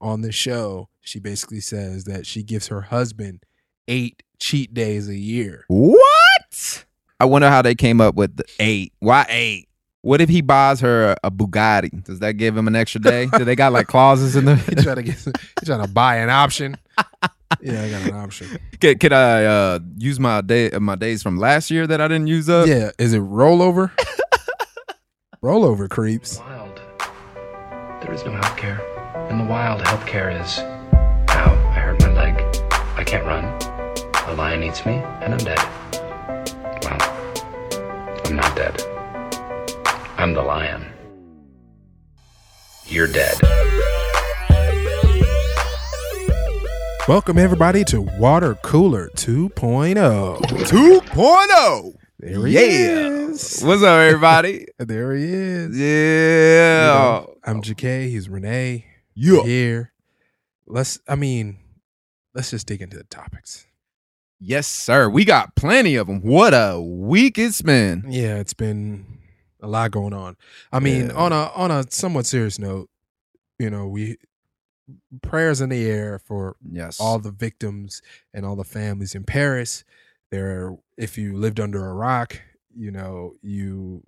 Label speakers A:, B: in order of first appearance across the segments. A: on the show, she basically says that she gives her husband eight cheat days a year.
B: What? I wonder how they came up with the eight. Why eight? What if he buys her a, a Bugatti? Does that give him an extra day? Do they got like clauses in
A: He
B: the?
A: trying to get, he trying to buy an option. Yeah, I got an option.
B: Could, could I uh, use my day my days from last year that I didn't use up?
A: Yeah, is it rollover? rollover creeps.
C: Wild. There is no healthcare. In the wild, healthcare is. Ow, I hurt my leg. I can't run. A lion eats me, and I'm dead. Well, I'm not dead. I'm the lion. You're dead.
A: Welcome everybody to Water Cooler oh. 2.0.
B: Two point
A: There he
B: Yeah.
A: is.
B: What's up, everybody?
A: There he is. You
B: yeah.
A: know, I'm JK. He's Renee.
B: Yeah.
A: We're Here. Let's. I mean, let's just dig into the topics.
B: Yes, sir. We got plenty of them. What a week it's been.
A: Yeah, it's been a lot going on. I mean,
B: Yeah.
A: on a on a somewhat serious note, you know, we prayers in the air for
B: Yes.
A: all the victims and all the families in Paris. There, if you lived under a rock, you know you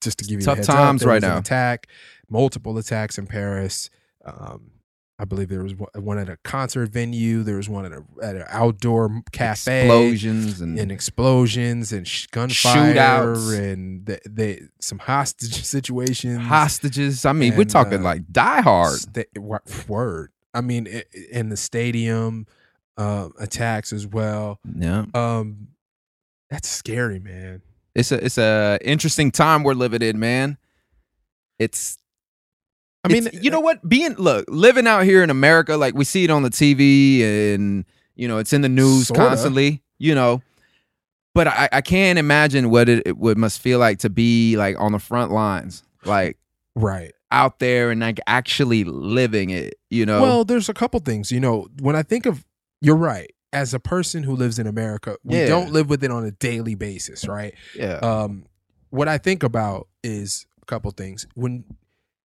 A: just to give you a
B: Tough
A: heads
B: times
A: up, there
B: right
A: was an
B: now.
A: Attack, multiple attacks in Paris. Um, I believe there was one- one at a concert venue. There was one at a at an outdoor cafe.
B: explosions and,
A: And explosions and sh- gunfire
B: Mm. Shootouts.
A: and the, the, some hostage situations.
B: hostages. I mean, we're
A: and,
B: talking
A: uh,
B: like Die Hard.
A: Sta- wa- word. I mean, i- i- in the stadium uh, attacks as well.
B: Yeah.
A: Um, that's scary, man.
B: It's a it's a interesting time we're living in, man. It's
A: I mean, uh,
B: it's- you know what? Being look, living out here in America, like we see it on the TV and you know, it's in the news
A: Sorta.
B: constantly, you know. But I, I can't imagine what it, it would must feel like to be like on the front lines. Like
A: right?
B: out there and like actually living it, you know.
A: Well, there's a couple things. You know, when I think of, you're right. As a person who lives in America, we
B: Yeah.
A: don't live with it on a daily basis, right?
B: yeah.
A: um what i think about is a couple things when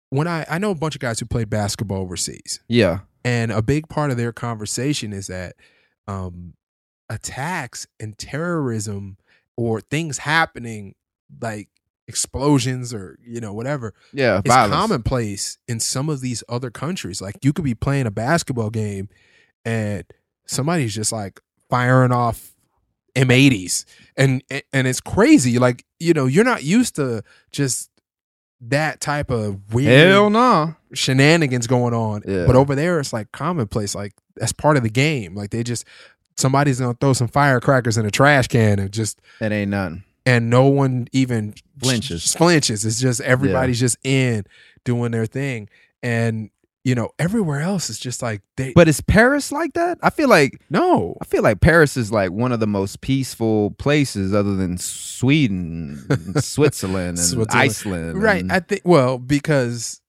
A: when i i know a bunch of guys who play basketball overseas
B: yeah.
A: and a big part of their conversation is that um attacks and terrorism or things happening like explosions or you know whatever
B: Yeah.
A: it's
B: violence.
A: commonplace in some of these other countries like you could be playing a basketball game and somebody's just like firing off M80s and and it's crazy like you know you're not used to just that type of weird
B: Hell no.
A: shenanigans going on
B: Yeah.
A: but over there it's like commonplace like that's part of the game like they just somebody's going to throw some firecrackers in a trash can and just
B: That ain't nothing.
A: and no one even
B: Flinches.
A: Flinches. It's just everybody's just in doing their thing, and you know everywhere else is just like they.
B: But is Paris like that? I feel like
A: no,
B: I feel like Paris is like one of the most peaceful places other than Sweden, and Switzerland, and
A: Switzerland.
B: Iceland.
A: right?
B: and-
A: I think well because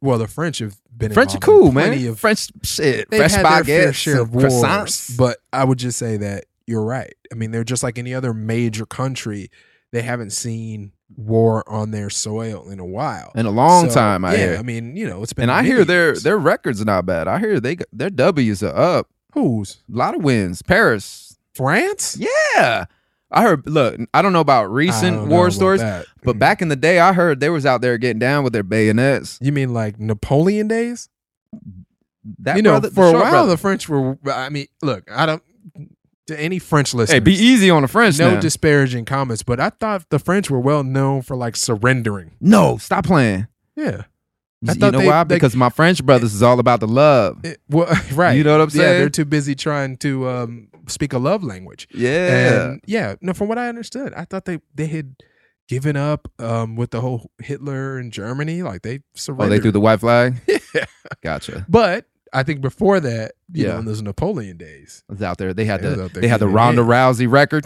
A: well the French have been
B: French are
A: involved in
B: cool, man.
A: plenty Of,
B: French shit.
A: they've
B: French
A: had their fair
B: baguettes,
A: share of
B: and
A: wars,
B: croissants.
A: but I would just say that you're right. I mean, they're just like any other major country. They haven't seen war on their soil in a while.
B: in a long
A: So,
B: time, I
A: yeah,
B: hear.
A: I mean, you know, it's been
B: and I
A: many
B: hear their
A: years.
B: their records not bad. I hear they got- their W's are up.
A: who's
B: A lot of wins. Paris,
A: France.
B: Yeah. I heard look, I don't know about
A: I
B: recent
A: don't know
B: war
A: about
B: stories,
A: that.
B: but back in the day I heard they was out there getting down with their bayonets.
A: you mean like Napoleon days?
B: That
A: you know,
B: brother- the
A: for a
B: short
A: while
B: brother-
A: the French were. I mean, look, I don't to any French listeners.
B: Hey, be easy on the French
A: no
B: now.
A: disparaging comments, but I thought the French were well known for like surrendering.
B: no, stop playing.
A: Yeah, I
B: You know
A: thought they-
B: why?
A: they-
B: because my French brothers is all about the love.
A: It- well, right.
B: You know what I'm
A: Yeah, they're
B: saying?
A: too busy trying to um, speak a love language.
B: Yeah.
A: And yeah, no. From what I understood, I thought they they had given up um, with the whole Hitler and Germany. Like they surrendered.
B: oh, they threw the white flag?
A: Yeah.
B: Gotcha.
A: But I think before that, you
B: Yeah.
A: know, in those Napoleon days,
B: It was out there. They had
A: It was
B: the
A: out there
B: they had the
A: getting
B: Ronda
A: it.
B: Rousey record.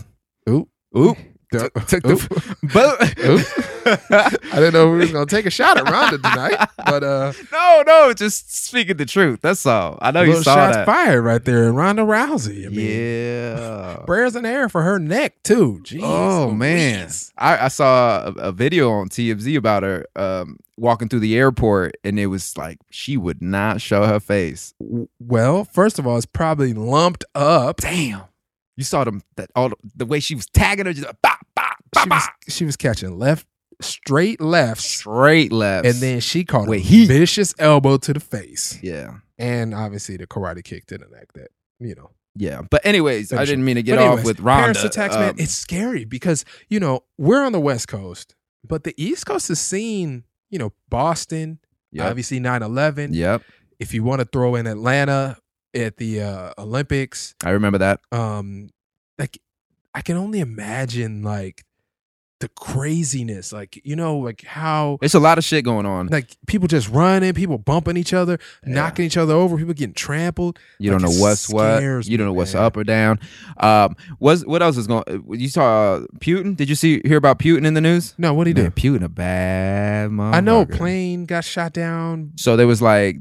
A: Oop.
B: Oop.
A: the-
B: Took the
A: Oop.
B: but
A: I didn't know we was gonna take a shot at Ronda tonight, but uh,
B: no, no, just speaking the truth. That's all. I know you
A: little
B: saw
A: shots
B: that.
A: fired right there, and Ronda Rousey. I mean,
B: yeah.
A: prayers in the air for her neck too. Jeez,
B: oh man,
A: Louise.
B: I, I saw a, a video on TMZ about her um, walking through the airport, and it was like she would not show her face.
A: W- Well, first of all, it's probably lumped up.
B: Damn, you saw them that all the, the way she was tagging her, just uh, bop bop bop
A: She was,
B: bop,
A: she was catching left, straight lefts,
B: straight left,
A: and then she caught
B: Wait,
A: a
B: he-
A: vicious elbow to the face,
B: yeah,
A: and obviously the karate kick to the neck. That you know.
B: yeah. But anyways, I
A: Finish
B: didn't mean to get
A: But
B: off
A: anyways,
B: with Ronda.
A: Paris attacks, man.
B: Um,
A: It's scary because you know we're on the West Coast, but the East Coast has seen you know Boston,
B: yep,
A: obviously 9-11.
B: yep.
A: If you want to throw in Atlanta at the uh, Olympics,
B: I remember that.
A: um, like I can only imagine like the craziness, like you know, like how
B: It's a lot of shit going on.
A: like people just running, people bumping each other,
B: Yeah.
A: knocking each other over, people getting trampled.
B: You
A: Like,
B: don't
A: it
B: know what's what.
A: scares
B: You don't
A: me,
B: know what's
A: man.
B: up or down. Um, was what else is going? You saw uh, Putin? Did you see hear about Putin in the news?
A: No, what he do?
B: Man, Putin a bad motherfucker.
A: I know a plane got shot down.
B: So there was like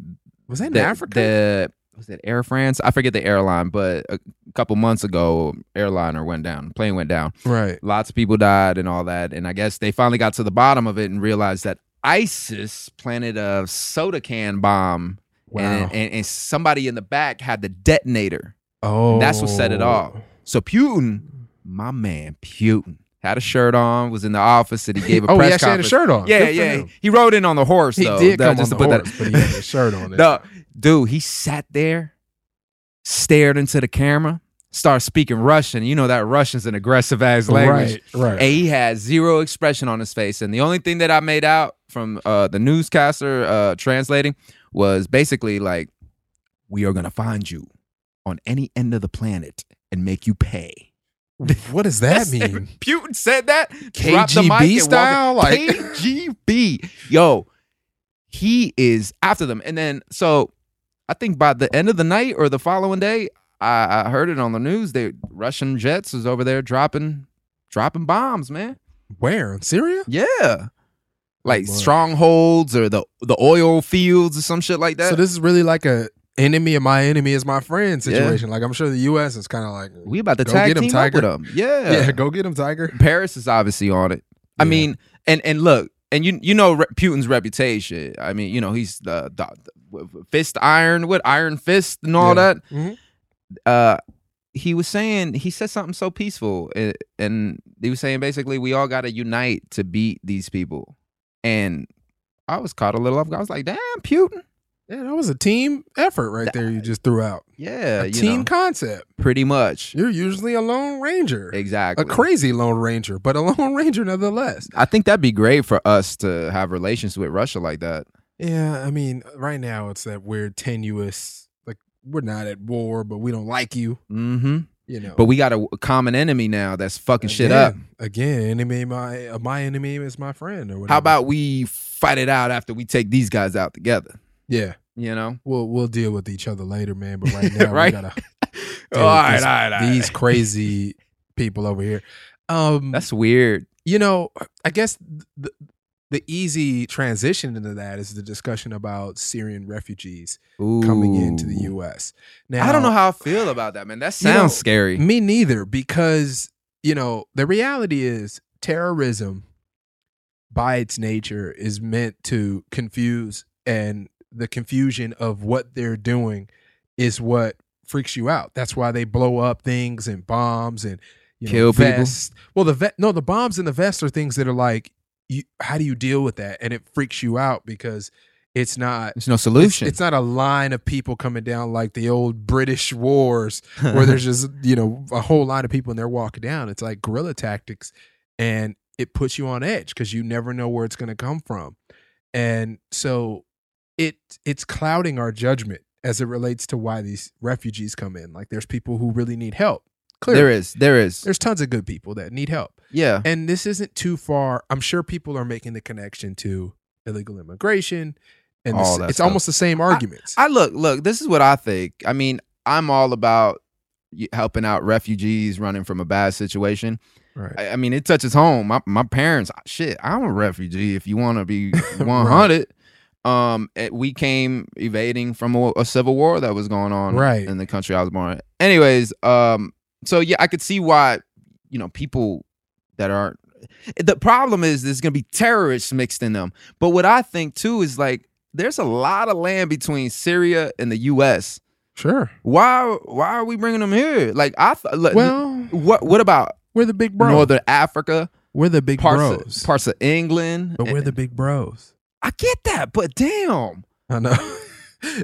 A: Was that in
B: the,
A: Africa?
B: the- was it Air France? I forget the airline, but a couple months ago, airliner went down. Plane went down.
A: right.
B: Lots of people died and all that. And I guess they finally got to the bottom of it and realized that ISIS planted a soda can bomb,
A: Wow.
B: and, and and somebody in the back had the detonator.
A: oh,
B: That's what set it off. So Putin, my man, Putin had a shirt on, was in the office, and he gave a
A: Oh,
B: press
A: yeah, she had a
B: conference.
A: shirt on.
B: Yeah,
A: Good for
B: yeah.
A: him.
B: He rode in on the horse.
A: He
B: though,
A: did
B: that-
A: come on
B: just
A: the
B: to put
A: horse, but he had a shirt on.
B: That,
A: It.
B: no, dude, he sat there, stared into the camera, started speaking Russian. You know that Russian's an aggressive ass language.
A: right, right.
B: And he had zero expression on his face. And the only thing that I made out from uh, the newscaster uh, translating was basically like, "We are gonna find you on any end of the planet and make you pay."
A: what does that
B: That's-
A: mean?
B: Putin said that. Dropped the mic and
A: KGB
B: walked-
A: style, like
B: KGB. Yo, he is after them. And then, so I think by the end of the night or the following day, I, I heard it on the news. They Russian jets is over there dropping, dropping bombs, man.
A: where in Syria?
B: Yeah, like
A: boy.
B: strongholds or the the oil fields or some shit like that.
A: so this is really like a enemy of my enemy is my friend situation. Like I'm sure the U.S. is kind of like,
B: we about to
A: Go
B: tag
A: get 'em,
B: team up
A: Tiger.
B: with them.
A: yeah. go get him, Tiger.
B: Paris is obviously on it. I
A: Yeah.
B: mean, and and look, and you you know Re- Putin's reputation. I mean, you know he's the, the, the fist iron, what iron fist and all
A: Yeah.
B: that.
A: Mhm.
B: Uh, he was saying he said something so peaceful, and, and he was saying basically we all got to unite to beat these people. And I was caught a little off guard. I was like, damn, Putin.
A: Yeah, that was a team effort right there. You just threw out
B: Yeah,
A: a
B: you
A: team
B: know,
A: concept.
B: pretty much.
A: You're usually a lone ranger,
B: Exactly.
A: a crazy lone ranger, but a lone ranger nonetheless.
B: I think that'd be great for us to have relations with Russia like that.
A: Yeah, I mean, uh, right now it's that weird tenuous. Like we're not at war, but we don't like you.
B: Mm-hmm.
A: You know,
B: But we got a, a common enemy now that's fucking shit up.
A: Again- again. Enemy, my uh, my enemy is my friend. Or whatever.
B: How about we fight it out after we take these guys out together?
A: yeah?
B: You know?
A: We'll we'll deal with each other later, man. But right now,
B: Right.
A: we gotta
B: all right,
A: these-
B: all right, all right.
A: these crazy people over here. Um,
B: That's weird.
A: you know, I guess the the easy transition into that is the discussion about Syrian refugees coming into the
B: Ooh.
A: U.S. Now,
B: I don't know how I feel about that, man. That
A: You
B: sounds
A: know,
B: scary.
A: Me neither, because you know the reality is terrorism, by its nature, is meant to confuse, and the confusion of what they're doing is what freaks you out. That's why they blow up things and bombs and you know,
B: Kill people?
A: vests. Well, the vet, no, the bombs and the vests are things that are like, you, how do you deal with that? And it freaks you out because it's not.
B: There's no
A: It's,
B: solution.
A: it's not a line of people coming down like the old British wars where there's just you know a whole lot of people and they're walking down. It's like guerrilla tactics, and it puts you on edge because you never know where it's going to come from, and so it it's clouding our judgment as it relates to why these refugees come in. Like there's people who really need help. Clearly,
B: there is. There is.
A: there's tons of good people that need help,
B: yeah.
A: and this isn't too far. I'm sure people are making the connection to illegal immigration. And
B: All
A: this-
B: that
A: it's
B: stuff.
A: almost the same arguments.
B: I look, look, this is what I think. I mean, I'm all about y- helping out refugees running from a bad situation.
A: Right.
B: I, I mean, it touches home. My my parents, shit, I'm a refugee. If you want to be 100, um, it- we came evading from a, a civil war that was going on
A: Right.
B: in the country I was born. in. Anyways, um, so yeah, I could see why you know people that aren't. eh, The problem is there's gonna be terrorists mixed in them. But what I think too is like there's a lot of land between Syria and the U.S.
A: Sure.
B: Why why are we bringing them here? Like I th- look,
A: Well,
B: what what about
A: we're the big bros.
B: Northern Africa?
A: we're the big
B: parts
A: bros.
B: Of, parts of England.
A: but we're
B: And-
A: the big bros.
B: I get that, but damn,
A: I know.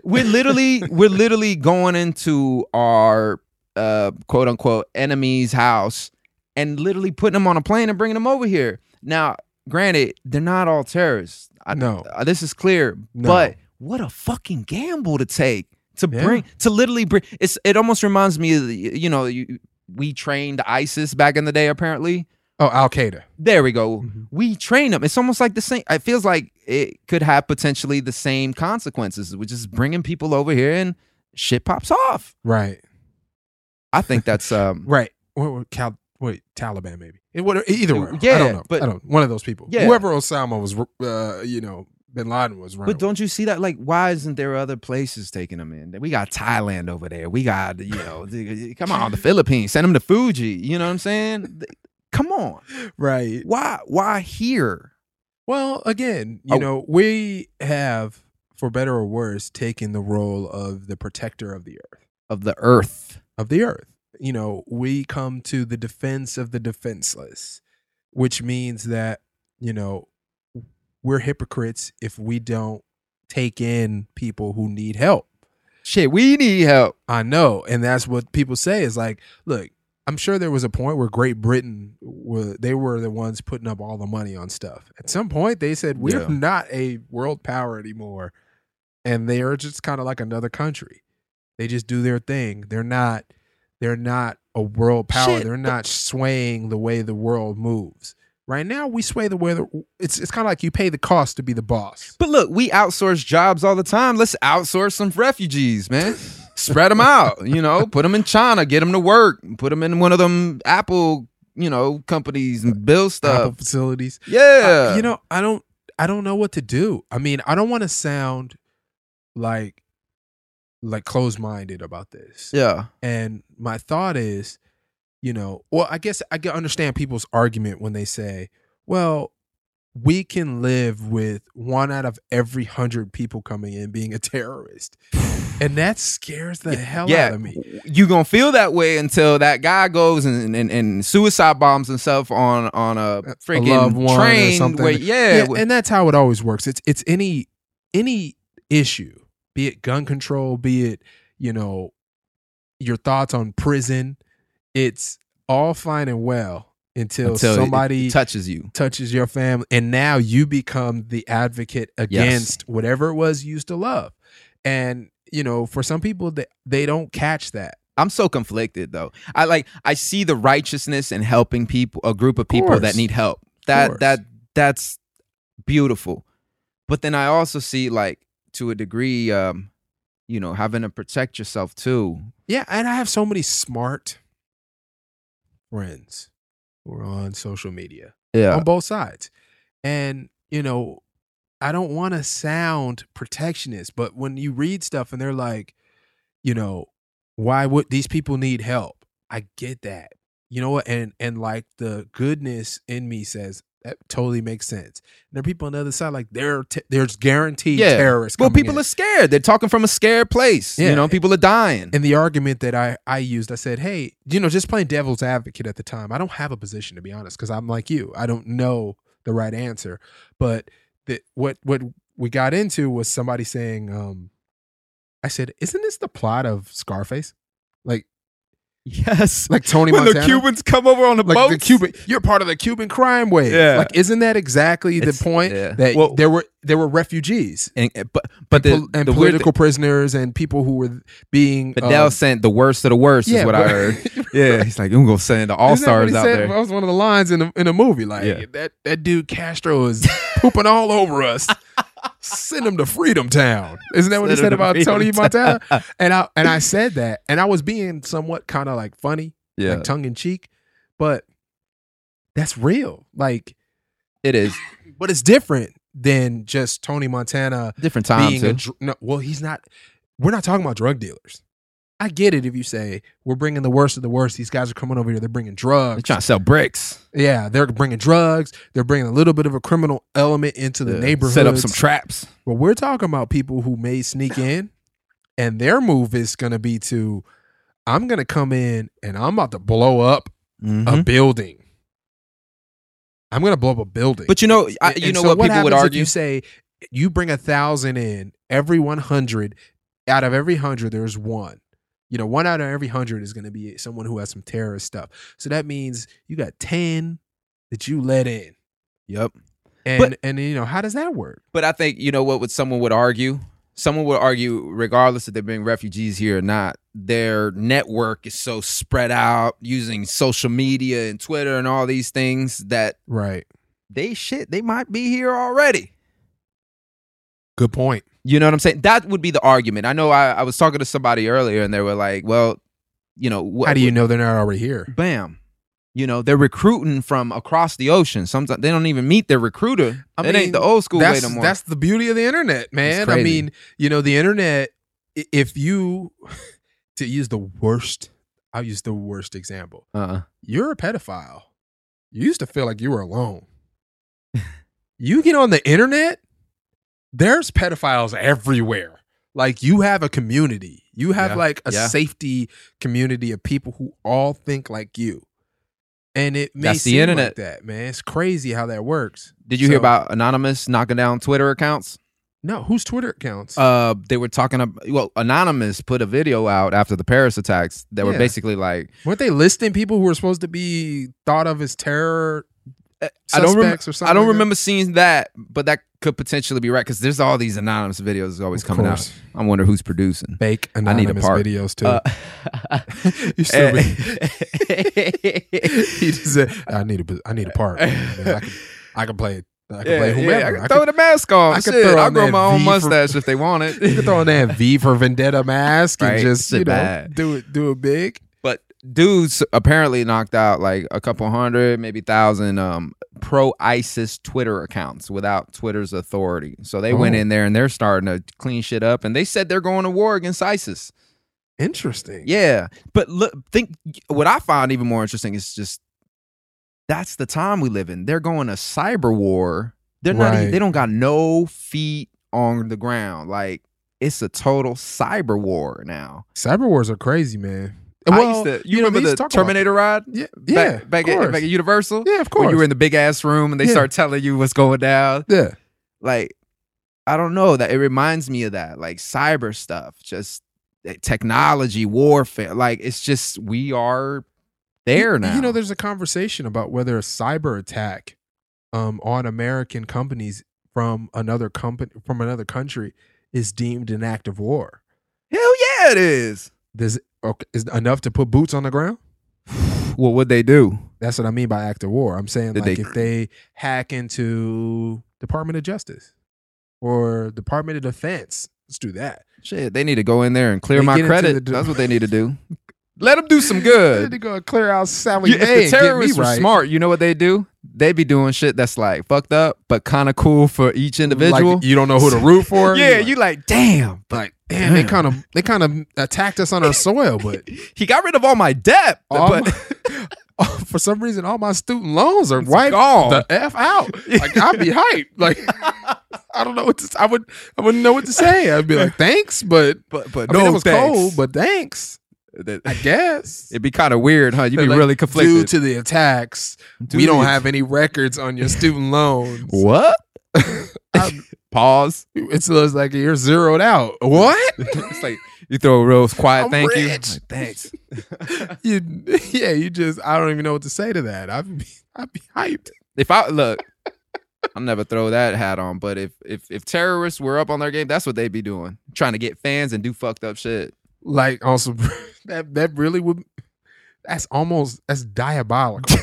B: we're literally we're literally going into our uh, quote unquote enemy's house and literally putting them on a plane and bringing them over here. Now, granted, they're not all terrorists. I,
A: No.
B: uh, this is clear,
A: No.
B: but what a fucking gamble to take to
A: Yeah.
B: bring to literally bring. It's it almost reminds me of the, you know you, we trained ISIS back in the day apparently.
A: Oh, Al Qaeda.
B: There we go.
A: Mhm.
B: We train them. It's almost like the same. It feels like it could have potentially the same consequences, which is bringing people over here and shit pops off.
A: Right.
B: I think that's um.
A: Right. Or, or Cal- wait, Taliban maybe. It, what, either way. I
B: Yeah,
A: don't know.
B: but-
A: I don't. One of those people.
B: Yeah.
A: Whoever Osama was, uh, you know, Bin Laden was. running
B: But don't you see that? Like, why isn't there other places taking them in? We got Thailand over there. We got you know, the- come on, the Philippines. Send them to Fuji. You know what I'm saying? Come on.
A: with. right.
B: Why? Why here?
A: Well, again, you
B: Oh.
A: know, we have, for better or worse, taken the role of the protector of the earth,
B: Of the earth.
A: of the earth. You know, we come to the defense of the defenseless, which means that, you know, we're hypocrites if we don't take in people who need help.
B: Shit, we need help.
A: I know, and that's what people say is like, look, I'm sure there was a point where Great Britain were they were the ones putting up all the money on stuff. At some point, they said we're
B: Yeah.
A: not a world power anymore, and they are just kind of like another country. They just do their thing. They're not. They're not a world power.
B: Shit,
A: they're
B: but-
A: not swaying the way the world moves. Right now, we sway the way the. It's it's kind of like you pay the cost to be the boss.
B: But look, we outsource jobs all the time. Let's outsource some refugees, man. Spread them out, you know, put them in China, get them to work, put them in one of them Apple, you know, companies and build stuff.
A: Apple facilities.
B: Yeah.
A: I- you know, I don't I don't know what to do. I mean, I don't want to sound like like closed minded about this.
B: yeah.
A: And my thought is, you know, well, I guess I can understand people's argument when they say, well, we can live with one out of every hundred people coming in being a terrorist. And that scares the hell
B: yeah.
A: out of me.
B: You gonna feel that way until that guy goes and, and, and suicide bombs himself on on a freaking
A: loved one or
B: train.
A: something.
B: Where, yeah,
A: yeah, and that's how it always works. It's it's any any issue, be it gun control, be it you know your thoughts on prison. It's all fine and well until,
B: until it- it
A: somebody
B: touches you.
A: touches your family, and now you become the advocate against whatever it was you used to love. And you know, for some people, they they don't catch that.
B: I'm so conflicted though. I like I see the righteousness in helping people, a group of people that
A: course.
B: need help. That
A: course.
B: that that's beautiful. But then I also see like to a degree um you know, having to protect yourself too.
A: Yeah, and I have so many smart friends who are on social media.
B: Yeah.
A: on both sides. And, you know, I don't want to sound protectionist, but when you read stuff and they're like, you know, why would these people need help? I get that. You know what? And and like the goodness in me says that totally makes sense. And there are people on the other side like there are te- there's guaranteed
B: Yeah.
A: terrorists.
B: Well,
A: coming
B: people
A: in.
B: are scared. They're talking from a scared place.
A: Yeah.
B: You know, people are dying.
A: And the argument that I, I used, I said, hey, you know, just playing devil's advocate at the time, I don't have a position to be honest, because I'm like you. I don't know the right answer. But the, what what we got into was somebody saying, um, I said, isn't this the plot of Scarface? Like
B: yes.
A: like Tony Montana?
B: come over on
A: like the Cuban, you're part of the Cuban crime wave.
B: Yeah.
A: Like, isn't that exactly the
B: It's-
A: point
B: yeah.
A: that
B: Well-
A: there were there were refugees
B: and, and- but but the,
A: pol- and
B: the weird
A: political prisers and people who were being
B: thing- Fidel
A: um,
B: sent the worst of the worst
A: yeah,
B: is what I
A: but-
B: heard. Yeah, he's like, I'm gonna send the all
A: Isn't that what
B: stars
A: he
B: out
A: said?
B: there.
A: That was one of the lines in the in a movie. Like
B: Yeah.
A: that that dude Castro is pooping all over us. Send him to Freedom Town. Isn't that what he
B: Send
A: said
B: him to
A: about
B: Freedom
A: Tony Montana? And I and I said that, and I was being somewhat kind of like funny,
B: Yeah.
A: like tongue in cheek, but that's real. Like,
B: It is
A: but it's different than just Tony Montana
B: different time
A: being
B: too.
A: a dr- no, well, he's not. We're not talking about drug dealers. I get it if you say we're bringing the worst of the worst. These guys are coming over here. They're bringing
B: They're
A: drugs.
B: trying to sell bricks.
A: yeah, they're bringing drugs. They're bringing a little bit of a criminal element into the
B: Uh,
A: neighborhood.
B: Set up some traps.
A: But we're talking about people who may sneak in, and their move is going to be to, I'm going to come in and I'm about to blow up
B: Mm-hmm. Uh,
A: a building. I'm going to blow up a building.
B: But you know, I,
A: And-
B: you
A: and
B: know
A: so
B: what people
A: happens
B: would
A: if
B: argue.
A: you say you bring a thousand in, every one hundred out of every hundred, there's one. You know, one out of every hundred is going to be someone who has some terrorist stuff. So that means you got ten that you let in,
B: Yep.
A: and
B: But-
A: and you know how does that work?
B: But I think you know what would someone would argue. Someone would argue, regardless if they're being refugees here or not, their network is so spread out using social media and Twitter and all these things that
A: Right.
B: they shit they might be here already.
A: Good point.
B: You know what I'm saying? That would be the argument. I know I, I was talking to somebody earlier and they were like, well, you know, what,
A: How do you know they're not already here?
B: Bam. You know, they're recruiting from across the ocean. Sometimes they don't even meet their recruiter.
A: I
B: it
A: mean,
B: ain't the old school way
A: That's
B: no more.
A: that's the beauty of the internet, man. I
B: crazy.
A: mean, you know, the internet. i- If you to use the worst, I'll use the worst example.
B: uh-uh.
A: you're a pedophile. You used to feel like you were alone. you get on the internet, there's pedophiles everywhere. Like you have a community. You have
B: Yeah,
A: like a
B: yeah.
A: safety community of people who all think like you. And it may
B: That's the
A: seem like
B: internet.
A: that, man. It's crazy how that works.
B: Did you hear
A: So-
B: about Anonymous knocking down Twitter accounts?
A: No, whose Twitter accounts?
B: Uh, they were talking about, well, Anonymous put a video out after the Paris attacks that were
A: Yeah.
B: basically like,
A: Weren't they listing people who were supposed to be thought of as terror eh,
B: Uh, I don't,
A: suspects
B: rem-
A: or something?
B: I don't
A: like that?
B: remember seeing that, but that could potentially be right because there's all these Anonymous videos always
A: Of
B: coming out.
A: course.
B: I wonder who's producing.
A: Fake
B: need a
A: anonymous
B: part.
A: videos too.
B: Uh, Eh.
A: You stupid. he just said, "I need a, pos- I need a part. man. I, can, I can play. I can play
B: yeah,
A: whomever.
B: yeah, I
A: I,
B: could
A: can
B: throw the mask off.
A: I
B: I
A: could
B: could
A: throw
B: I'll
A: on
B: grow
A: that
B: my own
A: V for-
B: mustache if they want
A: you can
B: it.
A: throw on that V for Vendetta mask and
B: Right,
A: just
B: shit
A: you know
B: bad.
A: do it, do it big.
B: but dudes apparently knocked out like a couple hundred, maybe thousand um, pro ISIS Twitter accounts without Twitter's authority. So they went
A: Oh.
B: in there and they're starting to clean shit up, and they said they're going to war against ISIS.
A: Interesting.
B: Yeah, but look, think what I found even more interesting is just that's the time we live in. They're going to cyber war. They're not.
A: Right.
B: Even, they don't got no feet on the ground. Like it's a total cyber war now.
A: Cyber wars are crazy, man.
B: I
A: Well,
B: used to- you,
A: you know,
B: remember
A: they used to
B: the
A: talk about
B: Terminator ride?
A: yeah, yeah,
B: back, back,
A: of
B: at,
A: course.
B: back at Universal.
A: yeah, of
B: When
A: course.
B: you were in the big ass room and they
A: Yeah.
B: start telling you what's going down.
A: yeah,
B: Like I don't know that it reminds me of that. Like cyber stuff, just eh, technology warfare. Like it's just we are there
A: You-
B: now.
A: You know, there's a conversation about whether a cyber attack um, on American companies from another company from another country is deemed an act of war.
B: Hell yeah, it is.
A: Does okay, is enough to put boots on the ground?
B: What would they do?
A: That's what I mean by act of war. I'm saying
B: Did
A: like
B: they-
A: if they hack into Department of Justice or Department of Defense, let's do that.
B: Shit, they need to go in there and clear
A: They get
B: my
A: into
B: credit.
A: the-
B: That's what they need to do. Let them do some good.
A: to go clear out Sally
B: You-
A: Mae
B: if
A: and
B: the
A: get me
B: terrorists were
A: right.
B: smart, you know what they do? They be doing shit that's like fucked up, but kind of cool for each individual.
A: Like, you don't know who to root for.
B: yeah,
A: You're like,
B: you like, damn, but
A: like damn, they kind of they kind of attacked us on our soil, but,
B: he got rid of all my debt.
A: all
B: but
A: my- oh, for some reason all my student loans are
B: It's
A: wiped
B: gone.
A: the f out. Like I'd be hyped. Like I don't know what to, I would I wouldn't know what to say. I'd be like thanks, but
B: but but
A: I
B: no,
A: mean, it was
B: thanks.
A: cold, but thanks.
B: That-
A: I guess.
B: it'd be kind of weird, huh? You'd be
A: They're like,
B: really
A: Due
B: conflicted.
A: to the attacks, we
B: Dude.
A: don't have any records on your student loans.
B: what? Pause.
A: It's it's like you're zeroed out. What?
B: it's like you throw a real quiet.
A: I'm
B: thank you.
A: rich.
B: Like, Thanks.
A: You, yeah, you just I don't even know what to say to that. I'd be I'd be hyped.
B: if I look, I'll never throw that hat on. But if if if terrorists were up on their game, that's what they'd be doing, trying to get fans and do fucked up shit.
A: Like also that that really would that's almost that's diabolical.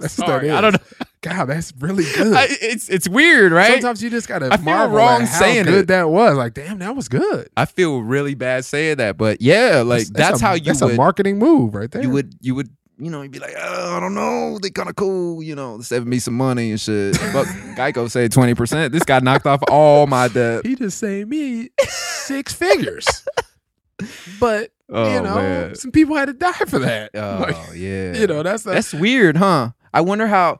A: That's what
B: Sorry,
A: that is.
B: I don't know.
A: God, that's really good.
B: I, it's it's weird, right?
A: Sometimes you just gotta
B: I feel
A: marvel
B: wrong
A: at how
B: saying
A: good
B: it.
A: that was. Like, damn, that was good.
B: I feel really bad saying that, but yeah, like that's,
A: a-
B: how you
A: that's
B: would
A: a marketing move right there.
B: you would you would you know, he'd be like, oh, I don't know, they kind of cool, you know, saving me some money and shit. But Geico said twenty percent. This guy knocked off all my debt.
A: He just saved me six figures. But
B: Oh
A: you know,
B: man.
A: some people had to die for that.
B: Oh
A: Like,
B: yeah.
A: you know, that's, that's
B: That's weird, huh? I wonder how.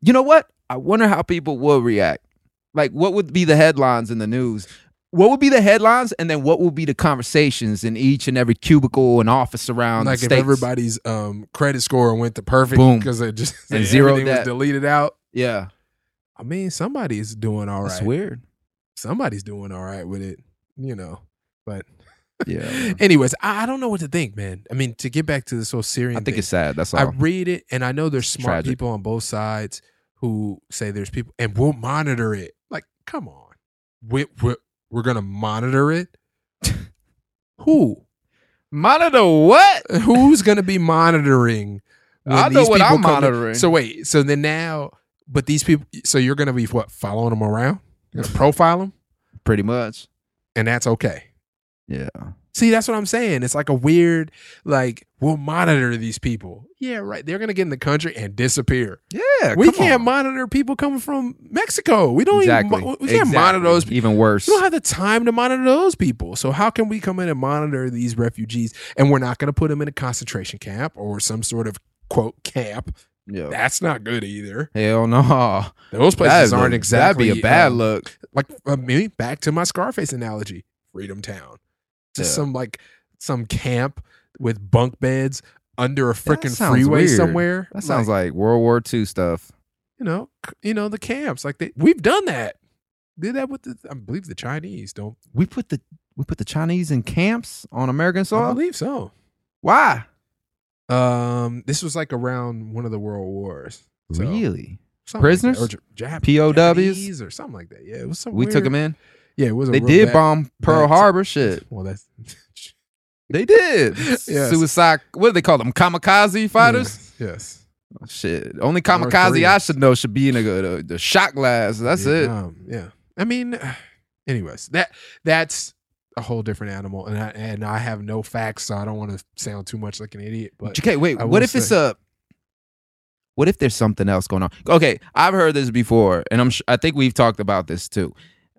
B: You know what? I wonder how people will react. Like, what would be the headlines in the news? What would be the headlines, and then what would be the conversations in each and every cubicle and office around
A: like
B: the
A: if
B: states?
A: everybody's um credit score went to perfect
B: Boom.
A: because it just
B: And zeroed
A: everything
B: that.
A: was deleted out.
B: yeah,
A: I mean, somebody's doing all
B: that's
A: right.
B: weird.
A: Somebody's doing all right with it, you know. But
B: Yeah,
A: anyways, I, I don't know what to think, man. I mean, to get back to this whole Syrian,
B: I think
A: thing,
B: it's sad. That's all.
A: I read it, and I know there's
B: It's
A: smart
B: tragic.
A: people on both sides who say there's people, and we'll monitor it. Like, come on, we, we're we're gonna monitor it. who
B: Monitor what?
A: who's gonna be monitoring?
B: I know what I'm
A: come in?
B: monitoring.
A: So wait, so then now, but these people, so you're gonna be what following them around, you're gonna profile them,
B: Pretty much.
A: and that's okay.
B: Yeah.
A: See, that's what I'm saying. It's like a weird, like we'll monitor these people. Yeah, right. They're gonna get in the country and disappear.
B: Yeah.
A: we
B: come
A: can't
B: on.
A: monitor people coming from Mexico. We don't
B: exactly.
A: even mo- we can't
B: Exactly.
A: monitor those. people.
B: Even worse.
A: We don't have the time to monitor those people. So how can we come in and monitor these refugees? And we're not going to put them in a concentration camp or some sort of quote camp.
B: yeah.
A: That's not good either.
B: Hell no.
A: Those places
B: That'd
A: aren't
B: look-
A: exactly
B: That'd be a bad
A: um,
B: look.
A: Like uh, me, back to my Scarface analogy, Freedom Town, just
B: Yeah.
A: some like some camp with bunk beds under a
B: that
A: freaking
B: sounds
A: freeway
B: weird.
A: somewhere.
B: That sounds like World War II stuff.
A: you know, c- you know the camps. Like they, we've done that. Did that with the, I believe the Chinese. Don't
B: we put the we put the Chinese in camps on American
A: I
B: soil.
A: believe so.
B: Why?
A: Um, this was like around one of the world wars. So,
B: really?
A: something like
B: Prisoners?
A: that. or J- Jap-
B: POWs?
A: Japanese or something like that. Yeah, it was some.
B: We took
A: weird-
B: them in.
A: Yeah, it was. A
B: They
A: real
B: did
A: bad-
B: bomb Pearl
A: bad-
B: Harbor. Shit,
A: Well, that's
B: they did.
A: Yes.
B: Suicide. What do they call them? Kamikaze fighters.
A: Yes. yes.
B: Shit. Only
A: North
B: kamikaze I
A: Koreans.
B: should know should be in a, the, the shot glass. That's it.
A: Vietnam, Yeah. I mean, anyways, that that's a whole different animal, and I and I have no facts, so I don't want to sound too much like an idiot. But
B: okay, wait.
A: I will
B: What if it's
A: say-
B: a? What if there's something else going on? Okay, I've heard this before, and I'm su I think we've talked about this too.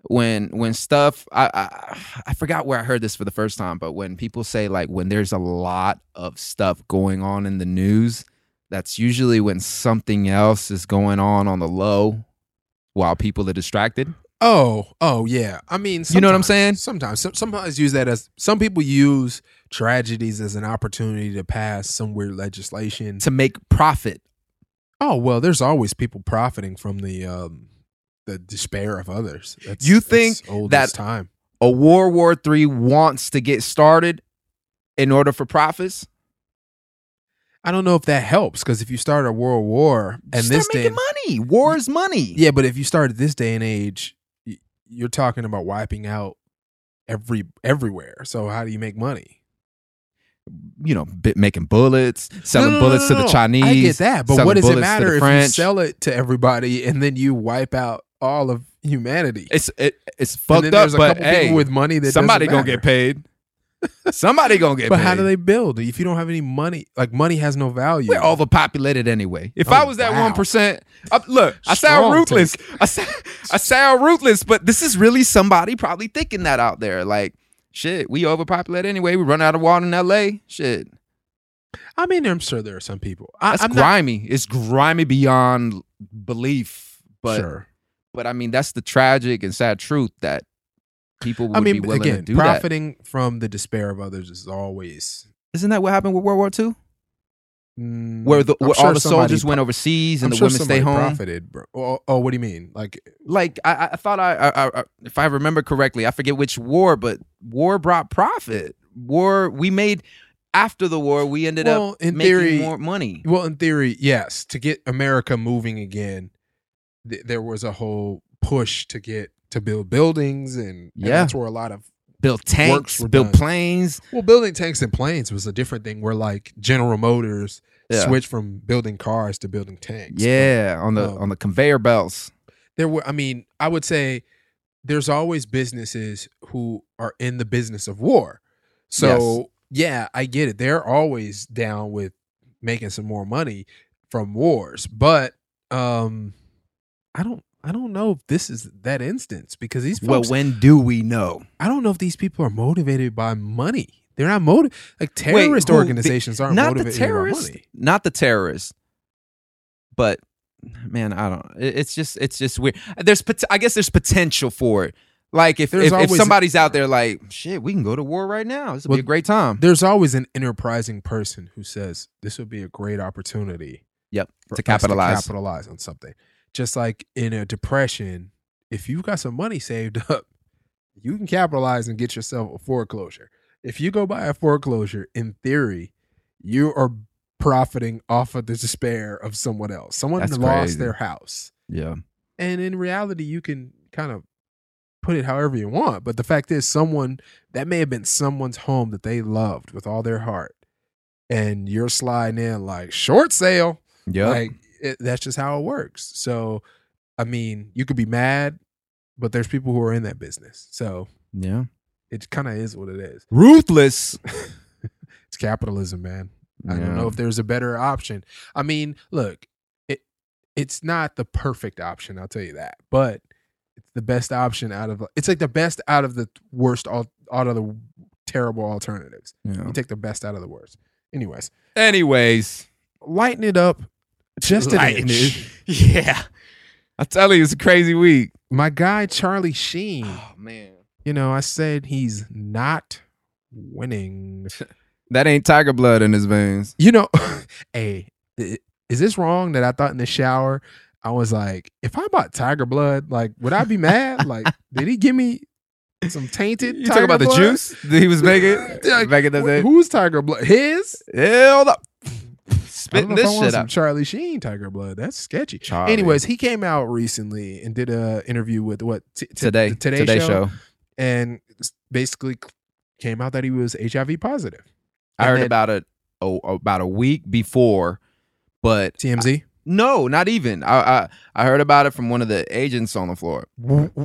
B: When when stuff I, I I forgot where I heard this for the first time, but when people say like when there's a lot of stuff going on in the news, that's usually when something else is going on on the low, while people are distracted.
A: Oh, oh yeah. I mean,
B: You know what I'm
A: sometimes-
B: saying?
A: Sometimes, some, sometimes use that as some people use tragedies as an opportunity to pass some weird legislation.
B: To make profit,
A: Oh well, there's always people profiting from the um the despair of others. That's,
B: You think
A: that's old
B: that-
A: as time?
B: a World War Three wants to get started in order for profits.
A: I don't know if that helps because if you start a world war and
B: Start
A: this day,
B: making money. War is money.
A: yeah, but if you start at this day and age, y- you're talking about wiping out every everywhere. So how do you make money?
B: you know, bit making bullets, selling
A: No, no, no,
B: bullets
A: no,
B: to the
A: no.
B: Chinese.
A: I get that, but
B: selling
A: what does it
B: bullets to the
A: matter if you
B: French.
A: sell it to everybody and then you wipe out all of humanity?
B: It's it, it's
A: And
B: fucked
A: then
B: up,
A: there's a
B: but
A: couple
B: hey,
A: people with money that
B: somebody
A: doesn't
B: gonna get
A: matter.
B: paid. Somebody gonna get
A: But
B: paid.
A: how do they build if you don't have any money? Like money has no value.
B: We're overpopulated anyway. If
A: Oh,
B: I was that
A: wow.
B: one percent, look, I sound
A: Strong
B: ruthless. I sound, I sound ruthless, but this is really somebody probably thinking that out there. Like, shit, we overpopulated anyway. We run out of water in L.A. Shit,
A: I mean, I'm sure there are some people. I,
B: that's
A: I'm not
B: grimy. it's grimy beyond belief. But
A: sure.
B: But I mean, that's the tragic and sad truth that people would
A: I mean,
B: be willing
A: again,
B: to do that.
A: profiting from the despair of others is always
B: Isn't that what happened with World War II?
A: Mm,
B: Where, the,
A: I'm
B: where
A: sure
B: all the
A: somebody
B: soldiers went
A: pro-
B: overseas
A: I'm
B: and the
A: sure
B: women stay
A: somebody
B: home.
A: Profited, bro. Oh, oh, what do you mean? Like,
B: Like I, I- I thought, I, I, I, if I remember correctly, I forget which war, but war brought profit. War, we made after the war, we ended up
A: well, in
B: making
A: theory,
B: more money.
A: Well, in theory, yes. To get America moving again, th- there was a whole push to get to build buildings, and, and
B: Yeah.
A: that's where a lot of
B: Built tanks,
A: were
B: built
A: done.
B: planes.
A: well, building tanks and planes was a different thing. Where like General Motors
B: Yeah.
A: switched from building cars to building tanks.
B: Yeah, on the
A: Um,
B: on the conveyor belts.
A: there were. I mean, I would say there's always businesses who are in the business of war. So yeah, I get it. They're always down with making some more money from wars. But um, I don't I don't know if this is that instance because these
B: well,
A: folks,
B: when do we know?
A: I don't know if these people are motivated by money. They're not motivated like terrorist
B: who- the-
A: organizations aren't
B: not the
A: motivated by
B: terrorists,
A: money.
B: not the terrorists, but man, I don't. it- It's just it's just weird. There's pot- I guess there's potential for it. Like if
A: There's
B: if, if
A: always-
B: somebody's out there like shit, we can go to war right now. This would be
A: Well,
B: a great time.
A: There's always an enterprising person who says this would be a great opportunity
B: Yep,
A: for
B: to
A: us
B: capitalize.
A: capitalize on something. Just like in a depression, if you've got some money saved up, you can capitalize and get yourself a foreclosure. If you go buy a foreclosure, in theory, you are profiting off of the despair of someone else. Someone
B: That's
A: lost
B: crazy.
A: their house.
B: Yeah,
A: And in reality, you can kind of put it however you want. But the fact is, someone that may have been someone's home that they loved with all their heart. And you're sliding in like short sale.
B: yeah.
A: Like it, that's just how it works. So, I mean, you could be mad, but there's people who are in that business. So
B: yeah,
A: it kind of is what it is.
B: ruthless.
A: It's capitalism, man. I don't know if there's a better option. I mean, look, it it's not the perfect option. I'll tell you that, but it's the best option out of it's like the best out of the worst all out of the terrible alternatives.
B: Yeah.
A: You take the best out of the worst. Anyways,
B: Anyways,
A: lighten it up. Just an
B: Lighten
A: inch.
B: yeah. I tell you, it's a crazy week.
A: My guy Charlie Sheen.
B: Oh, man,
A: you know, I said he's not winning.
B: that ain't tiger blood in his veins.
A: You know, hey, i- is this wrong that I thought in the shower I was like, if I bought tiger blood, like, would I be mad? like, did he give me some tainted?
B: You
A: tiger
B: talk about the
A: blood?
B: juice that he was making
A: Like,
B: back in the
A: Wh-
B: day.
A: who's tiger blood? His?
B: Hell up.
A: I don't know
B: Spitting
A: if I
B: this
A: want
B: shit
A: some
B: out.
A: Charlie Sheen tiger blood. That's sketchy.
B: Charlie.
A: Anyways, he came out recently and did a interview with what t- t-
B: today,
A: the
B: today, show.
A: and s- basically came out that he was HIV positive.
B: I
A: And
B: heard
A: then-
B: about it oh, about a week before, but
A: TMZ.
B: no, not even. I, I I heard about it from one of the agents on the floor.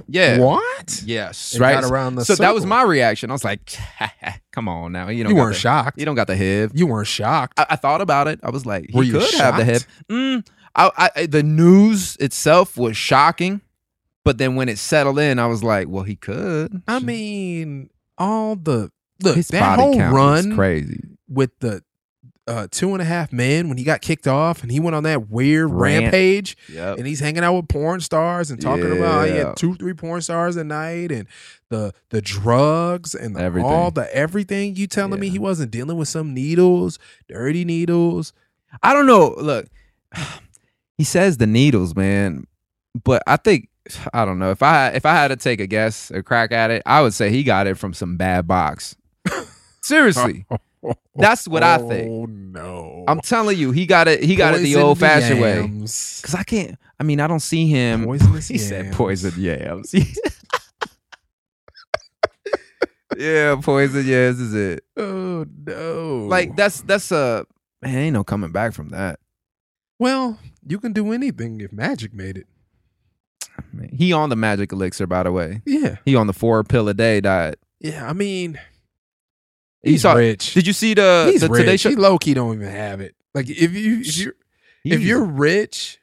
B: Yeah.
A: What?
B: Yes,
A: It
B: right.
A: got around the
B: so that was
A: circle.
B: my reaction. I was like, "Come on now, you don't.
A: You
B: got
A: weren't
B: the,
A: shocked.
B: You don't got the HIV."
A: You weren't shocked.
B: I, I thought about it. I was like, "He
A: Were you
B: could have the
A: shocked?
B: HIV." Mm, I, I, the news itself was shocking, but then when it settled in, I was like, "Well, he could."
A: I mean, all the look
B: His
A: that
B: body
A: whole
B: count was
A: run
B: crazy.
A: with the uh, two and a half men when he got kicked off and he went on that weird
B: Rant.
A: rampage
B: Yep.
A: and he's hanging out with porn stars and talking about how he
B: Yeah.
A: had two three porn stars a night and the the drugs and the,
B: Everything.
A: all the everything you telling me
B: Yeah.
A: he wasn't dealing with some needles dirty needles
B: I don't know. Look, he says the needles, man, but I think I don't know if I if I had to take a guess, a crack at it, I would say he got it from some bad box. Seriously, that's what I think.
A: oh no
B: I'm telling you, he got it. He got it the
A: Poison
B: old fashioned way.
A: yams.
B: Cause I can't. I mean, I don't see him.
A: Poisonous
B: he said
A: yams.
B: poison yams. yeah, poison yams is it.
A: Oh no!
B: Like that's that's a man. Ain't no coming back from that.
A: Well, you can do anything if magic made it.
B: Man, He on the magic elixir, by the way.
A: Yeah,
B: He on the four pill a day diet.
A: yeah. I mean,
B: You
A: he's
B: saw-
A: rich.
B: Did you see the,
A: he's
B: the
A: rich.
B: Today Show?
A: He low key don't even have it. Like if you if you're, if
B: He's-
A: you're rich,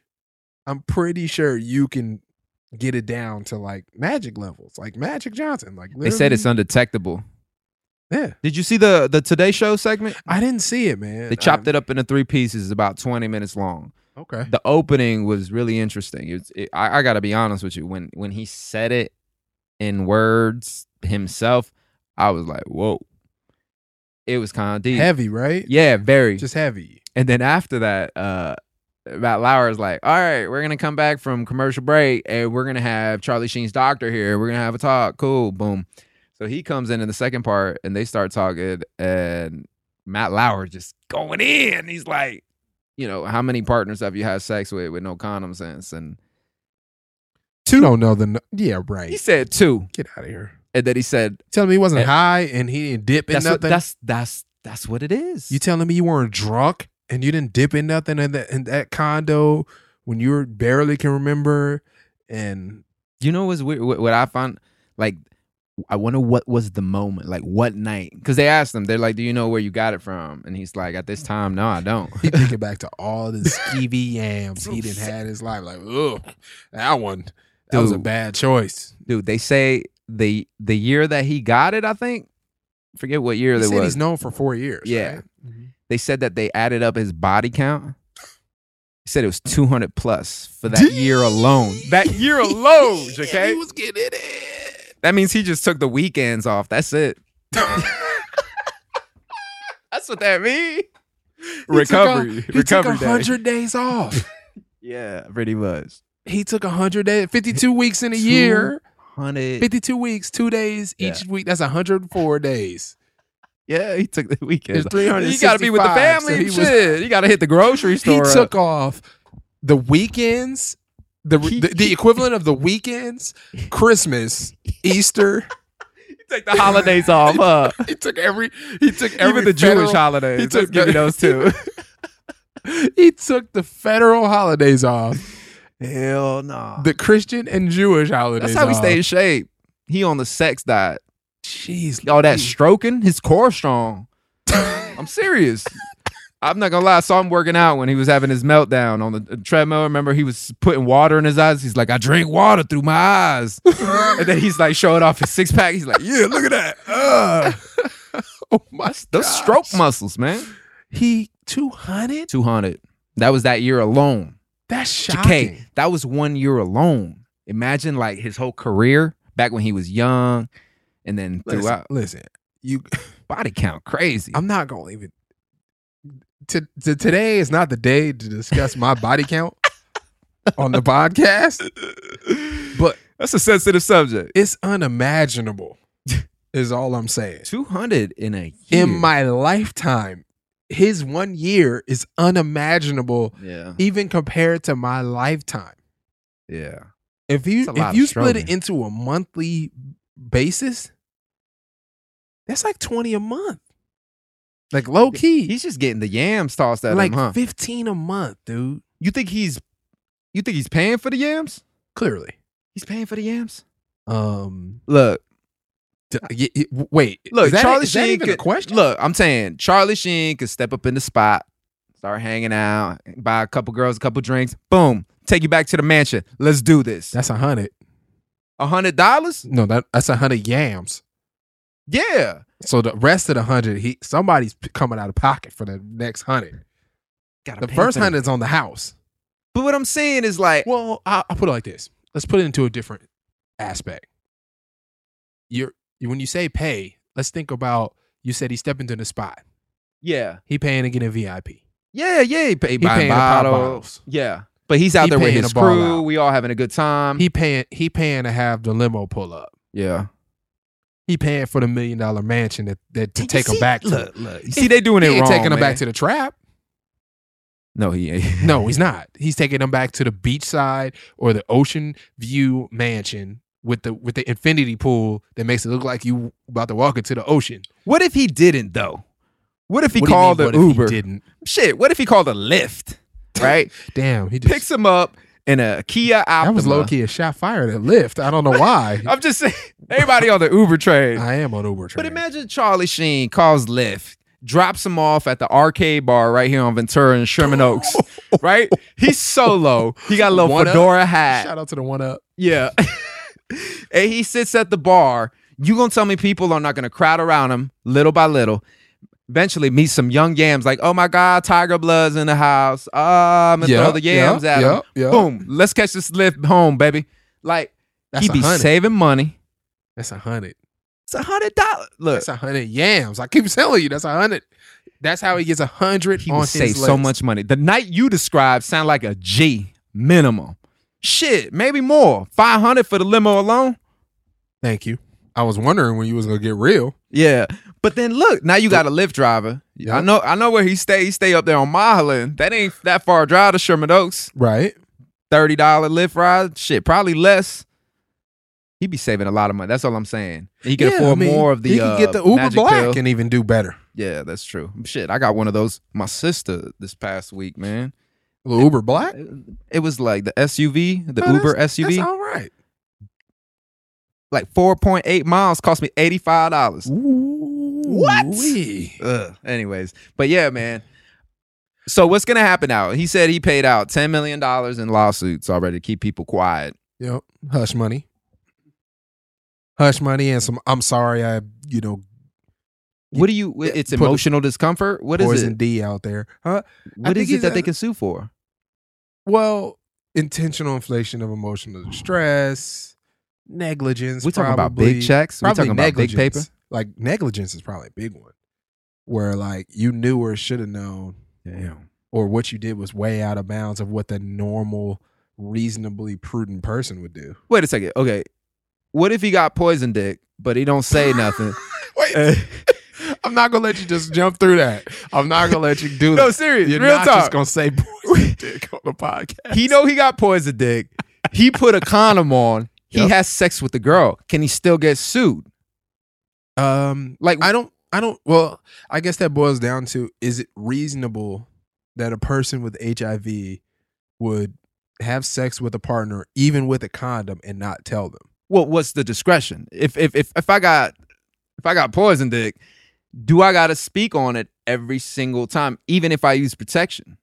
A: I'm pretty sure you can get it down to like magic levels, like Magic Johnson. Like
B: they said it's
A: literally-
B: undetectable.
A: yeah.
B: Did you see the the Today Show segment?
A: I didn't see it, man.
B: They chopped it up into three pieces, about twenty minutes long.
A: Okay.
B: The opening was really interesting. It was, it, I, I got to be honest with you. When when he said it in words himself, I was like, "Whoa!" It was kind of deep.
A: Heavy, right?
B: Yeah, very.
A: Just heavy.
B: And then after that, uh, Matt Lauer's like, all right, we're gonna come back from commercial break and we're gonna have Charlie Sheen's doctor here. We're gonna have a talk. Cool, boom. So he comes in in the second part and they start talking, and Matt Lauer just going in. He's like, you know, how many partners have you had sex with with no condom since? And
A: Two don't know the. n- Yeah, right.
B: he said two,
A: Get out of here.
B: and then he said,
A: Telling me he wasn't
B: Eh.
A: high and he didn't dip in
B: that's what,
A: nothing.
B: that's that's that's what it is.
A: You telling me you weren't drunk and you didn't dip in nothing in that in that condo when you were barely can remember and
B: You know what's weird? What, what I find, like, I wonder what was the moment, like what night? Because they asked him, they're like, "Do you know where you got it from?" And he's like, "At this time, no, I don't."
A: He thinking back to all the skeevy yams he didn't had in his life. Like, ugh, that one. That was a
B: Dude.
A: bad choice.
B: Dude, they say the the year that he got it, I think, forget what year
A: He
B: that
A: said
B: was.
A: he's known for four years.
B: Yeah.
A: right?
B: they said that they added up his body count. He said it was 200 plus for that year alone. That year alone,
A: Yeah,
B: okay?
A: he was getting it.
B: That means he just took the weekends off. That's it. That's what that means. Recovery.
A: He took
B: Recovery
A: a
B: day.
A: hundred days off.
B: Yeah, pretty much.
A: he took a hundred days, fifty-two weeks in a year.
B: 100.
A: Fifty-two weeks, two days each week. That's hundred and four days.
B: Yeah, he took the weekend.
A: There's 365,
B: You gotta be with the family.
A: so
B: and
A: he was-
B: shit. you gotta hit the grocery
A: He
B: store. up.
A: took off the weekends, the
B: He-
A: the, the equivalent of the weekends, Christmas, Easter.
B: He took the holidays off. Huh?
A: he took every. He took every
B: Even the
A: federal-
B: Jewish holidays.
A: he
B: He
A: took
B: took give me
A: the-
B: those two.
A: He took the federal holidays off,
B: Hell no.
A: the Christian and Jewish holidays.
B: That's how he
A: off.
B: stay in shape. He on the sex diet.
A: Jeez,
B: All that
A: Louise.
B: stroking, his core strong. I'm serious. I'm not gonna lie. I saw him working out when he was having his meltdown on the uh, treadmill. Remember, he was putting water in his eyes. He's like, "I drink water through my eyes," and then he's like showing off his six pack. He's like, "Yeah, look at that." Uh.
A: oh my,
B: Those
A: gosh.
B: stroke muscles, man.
A: He two hundred.
B: Two hundred. That was that year alone.
A: That's shocking.
B: Okay, that was one year alone. Imagine like his whole career back when he was young, and then
A: Listen,
B: throughout
A: listen, you.
B: body count crazy.
A: I'm not gonna even. To, to today is not the day to discuss my body count on the podcast, but
B: That's a sensitive subject.
A: it's unimaginable. Is all I'm saying.
B: Two hundred in a year.
A: In my lifetime, his one year is unimaginable,
B: yeah
A: even compared to my lifetime.
B: yeah
A: If you
B: That's a lot
A: if
B: of
A: you split it
B: stroking.
A: into a monthly basis, that's like twenty a month. Like low key,
B: he's just getting the yams tossed at
A: like
B: him, huh?
A: fifteen a month, dude.
B: You think he's you think he's paying for the yams?
A: Clearly,
B: He's paying for the yams.
A: um,
B: Look,
A: d- y- y- w- wait,
B: look,
A: is that, e,
B: Charlie
A: is that
B: Sheen
A: even
B: could,
A: a question?
B: Look, I'm saying Charlie Sheen could step up in the spot, start hanging out, buy a couple girls, a couple drinks, boom, take you back to the mansion. Let's do this.
A: that's a hundred.
B: A hundred dollars?
A: No, that that's a hundred yams.
B: Yeah.
A: So the rest of the hundred, he somebody's p- coming out of pocket for the next hundred.
B: Gotta
A: The
B: pay
A: first
B: for them.
A: hundred's on the house.
B: But what I'm saying is like,
A: Well, I, I'll put it like this. Let's put it into a different aspect. You're you- when you say pay, let's think about you said he stepped into the spot.
B: yeah,
A: He paying to get a VIP.
B: yeah, yeah. He paid
A: He
B: by
A: paying to pop
B: bottle.
A: bottles.
B: Yeah. But he's out
A: He
B: there with
A: paying
B: his
A: to ball
B: crew.
A: out.
B: We all having a good time.
A: He paying he paying to have the limo pull up.
B: yeah.
A: He paying for the million dollar mansion that, that to take him
B: See,
A: back to.
B: Look, look. You see, they doing
A: he
B: it
A: ain't
B: wrong.
A: taking him
B: man.
A: back to the trap.
B: No, he ain't.
A: No, he's not. He's taking him back to the beachside or the ocean view mansion with the with the infinity pool that makes it look like you about to walk into the ocean.
B: What if he didn't though? What if he
A: What do you
B: called
A: mean, what
B: an
A: if he
B: Uber?
A: didn't.
B: Shit, what if he called a Lyft? Right?
A: Damn, he just
B: Picks him up in a Kia Optima.
A: That was low key a shot fired at Lyft. I don't know why.
B: I'm just saying, everybody on the Uber train.
A: I am on Uber
B: But
A: train.
B: imagine Charlie Sheen calls Lyft, drops him off at the arcade bar right here on Ventura and Sherman Oaks. right? He's solo. He got a little
A: One up.
B: fedora hat.
A: Shout out to the one up.
B: Yeah. and he sits at the bar. You gonna tell me people are not gonna crowd around him little by little. Eventually meet some young yams like, oh my God, Tiger Blood's in the house. Ah, I'm gonna throw the yams at him. Boom. Let's catch this lift home, baby. Like
A: That's
B: he
A: a
B: be
A: hundred.
B: saving money.
A: That's a hundred.
B: It's a hundred dollars. Look,
A: That's a hundred yams. I keep telling you, that's a hundred. That's how he gets a hundred.
B: he
A: on
B: would
A: his
B: save so
A: list.
B: much money. The night you described sound like a G minimum. Shit, maybe more. Five hundred for the limo alone.
A: Thank you. I was wondering when you was gonna get real.
B: Yeah, but then look, now you got a Lyft driver.
A: Yeah.
B: I know, I know where he stay. He stay up there on Mahalan. That ain't that far a drive to Sherman Oaks.
A: Right.
B: Thirty dollar Lyft ride, shit, probably less. He be saving a lot of money. That's all I'm saying. He can
A: Yeah,
B: afford
A: I mean,
B: more of the.
A: He can
B: uh,
A: get the Uber
B: Magic
A: Black
B: Pill.
A: and even do better.
B: yeah, that's true. Shit, I got one of those. My sister this past week, man.
A: The Uber Black?
B: It was like the SUV, the
A: Oh,
B: Uber
A: that's-
B: SUV.
A: That's all right.
B: like 4.8 miles cost me $85.
A: What?
B: Ugh. Anyways, but yeah, man. So what's gonna happen now? He said he paid out ten million dollars in lawsuits already to keep people quiet.
A: Yep. Hush money. Hush money and some. I'm sorry. I you know
B: What do you? It's
A: put-
B: emotional discomfort. What is
A: poison
B: it?
A: D out there. Huh? I
B: What
A: think
B: is it
A: he's
B: that they
A: at-
B: can sue for?
A: Well, intentional inflation of emotional distress, negligence.
B: We talking about
A: probably-
B: big checks. We
A: Probably
B: talking about big
A: negligence.
B: paper.
A: Like negligence is probably a big one, where like you knew or should have known,
B: Damn.
A: or what you did was way out of bounds of what the normal, reasonably prudent person would do.
B: Wait a second. Okay, what if he got poison dick, but he don't say nothing?
A: Wait, I'm not gonna let you just jump through that. I'm not gonna let you do
B: no,
A: that.
B: serious.
A: You're
B: real
A: not
B: talk.
A: just gonna say poison dick on the podcast.
B: he know he got poison dick. He put a condom on. He
A: Yep.
B: has sex with the girl. Can he still get sued?
A: Um,
B: Like-
A: like I don't, I don't. Well, I guess that boils down to: is it reasonable that a person with HIV would have sex with a partner, even with a condom, and not tell them?
B: well, what's the discretion? If if if if I got if I got poison dick, do I gotta speak on it every single time, even if I use protection?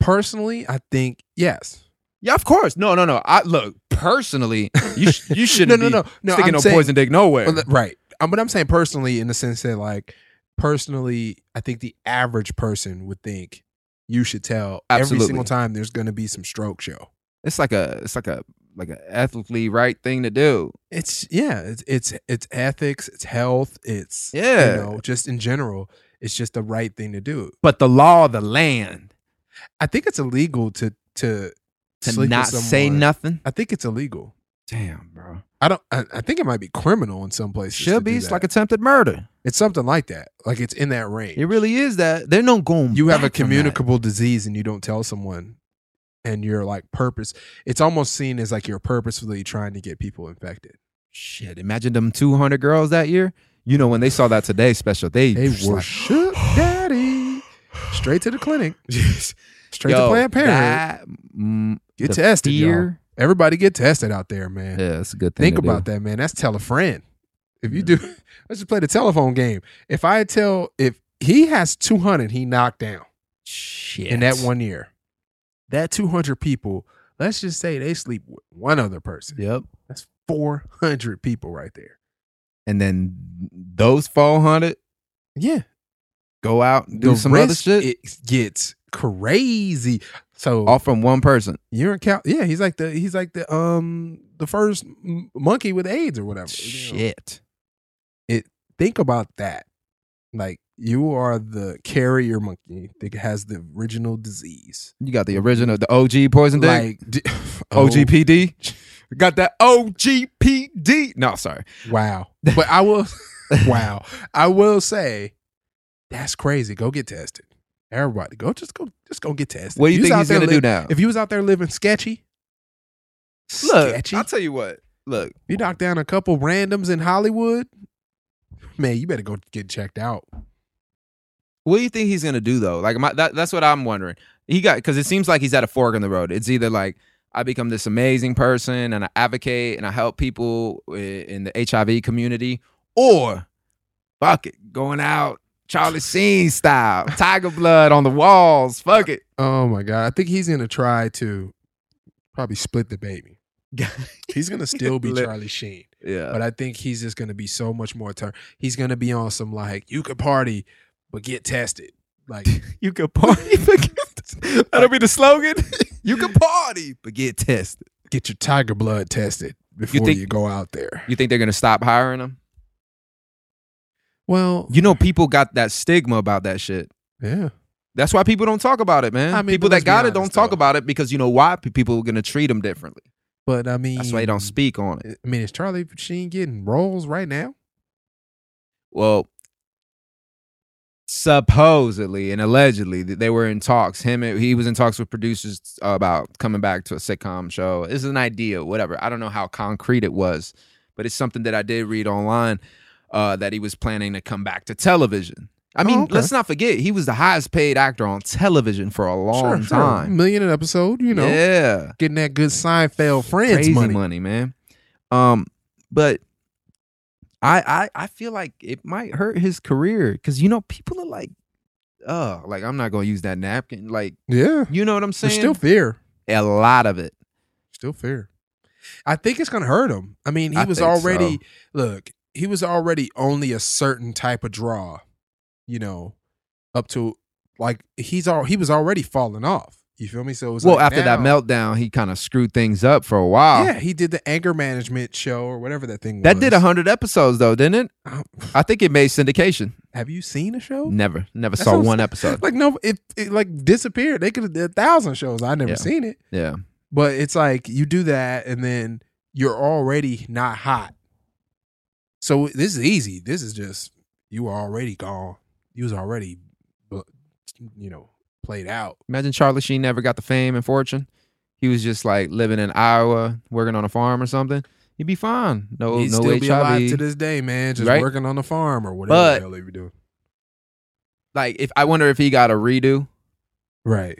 A: Personally, I think yes.
B: Yeah, of course. No, no, no. I look personally, you sh- you shouldn't
A: no, no,
B: be
A: no, no.
B: sticking
A: I'm
B: no
A: saying-
B: poison dick nowhere.
A: Well, th- right. Um, but I'm saying personally, in the sense that, like, personally, I think the average person would think you should tell every
B: Absolutely.
A: single time there's going to be some stroke show.
B: it's like a it's like a like a ethically right thing to do.
A: it's yeah it's it's, it's ethics it's health it's
B: Yeah.
A: you know just in general it's just the right thing to do
B: But the law of the land
A: i think it's illegal to to
B: to
A: sleep with
B: not say
A: someone.
B: nothing.
A: i think it's illegal
B: Damn, bro.
A: i don't i, I think it might be criminal in some places
B: Should be. It's like attempted murder.
A: it's something like that like it's in that range
B: It really is that. They're no going.
A: you have a
B: back from that.
A: communicable disease and you don't tell someone and you're like purpose it's almost seen as like you're purposefully trying to get people infected
B: Shit, imagine them 200 girls that year. You know, when they saw that today special, they,
A: they
B: just
A: were
B: like,
A: shook daddy straight to the clinic straight
B: yo,
A: to planned parenthood
B: that- mm,
A: Get
B: the
A: tested, y'all.
B: fear-
A: Everybody get tested out there, man.
B: Yeah, that's a good thing.
A: Think
B: to do. Mm.
A: about that, man. That's tell a friend. If you do, let's just play the telephone game. If I tell, if he has 200 he knocked down
B: Shit.
A: in that one year, that 200 people, let's just say they sleep with one other person.
B: Yep.
A: That's 400 people right there.
B: And then those 400
A: Yeah.
B: go out and do
A: the
B: some other
A: risk,
B: shit.
A: It gets crazy. So
B: all from one person.
A: you're in Cal. Yeah, he's like the he's like the um the first m- monkey with AIDS or whatever. you know.
B: Shit.
A: think about that. Like you are the carrier monkey that has the original disease.
B: You got the original, the OG poison dick.
A: Like d- oh,
B: OGPD. Got that OGPD. No, sorry.
A: Oh, wow. But I will wow. I will say that's crazy. Go get tested. Everybody, go just go just go get tested.
B: What do
A: If
B: you
A: was
B: think
A: out
B: he's
A: there
B: gonna do
A: liv-
B: now?
A: If you was out there living sketchy,
B: Look,
A: sketchy,
B: I'll tell you what. Look,
A: you knock down a couple randoms in Hollywood, man, you better go get checked out.
B: What do you think he's gonna do though? Like my, that, that's what I'm wondering. He got because it seems like he's at a fork in the road. It's either like I become this amazing person and I advocate and I help people i- in the HIV community, or fuck it, going out Charlie Sheen style, Tiger Blood on the walls. Fuck it.
A: Oh my god, I think he's gonna try to probably split the baby. He's gonna still be
B: Lit-
A: Charlie Sheen,
B: Yeah.
A: but I think he's just gonna be so much more. Ter- he's gonna be on some like you could party, but get tested. Like
B: You could party, but get, that'll be the slogan. You can party, but get tested.
A: get your tiger blood tested before you,
B: think-
A: go out there.
B: You think they're gonna stop hiring him?
A: well,
B: You know, people got that stigma about that shit.
A: yeah,
B: That's why people don't talk about it, man.
A: I mean,
B: people
A: but
B: that
A: let's be
B: got it
A: honest,
B: don't talk
A: though.
B: about it because you know why? P- People are gonna treat them differently.
A: but I mean,
B: That's why they don't speak on it.
A: I mean, is Charlie Sheen getting roles right now?
B: Well, supposedly and allegedly th- they were in talks. Him, and- he was in talks with producers about coming back to a sitcom show. This is an idea, whatever. I don't know how concrete it was, but it's something that I did read online uh, that he was planning to come back to television. I mean,
A: Oh, okay.
B: let's not forget he was the highest paid actor on television for a long time.
A: million an episode. You know,
B: yeah.
A: getting that good Seinfeld friends
B: crazy
A: money.
B: money, man. Um, but I I I feel like it might hurt his career because you know people are like, oh, like I'm not gonna use that napkin. Like
A: Yeah.
B: you know what I'm
A: There's
B: saying?
A: still fear.
B: a lot of it.
A: Still fear. I think it's gonna hurt him. I mean, he
B: I
A: was
B: think
A: already
B: so.
A: look, he was already only a certain type of draw, you know, up to like he's all he was already falling off. You feel me? So it was
B: Well,
A: like
B: after that
A: now-
B: meltdown, he kind of screwed things up for a while.
A: Yeah, he did the anger management show or whatever that thing
B: That
A: was.
B: did hundred episodes though, didn't it?
A: I don't-
B: I think it made syndication.
A: Have you seen a show?
B: Never, never
A: That's
B: saw
A: what I'm
B: one
A: saying.
B: episode.
A: Like no, it, it like disappeared. They could have did a thousand shows. I never
B: Yeah.
A: seen it.
B: Yeah,
A: But it's like you do that and then you're already not hot. So this is easy. This is just you were already gone. You was already bu- you know, played out.
B: imagine Charlie Sheen never got the fame and fortune. He was just like living in Iowa, working on a farm or something. He'd be fine. No,
A: He'd
B: Oh, no
A: still
B: HIV.
A: be alive to this day, man, just
B: Right?
A: working on the farm or whatever
B: But-
A: the hell they be doing.
B: like, if I wonder if he got a redo,
A: Right.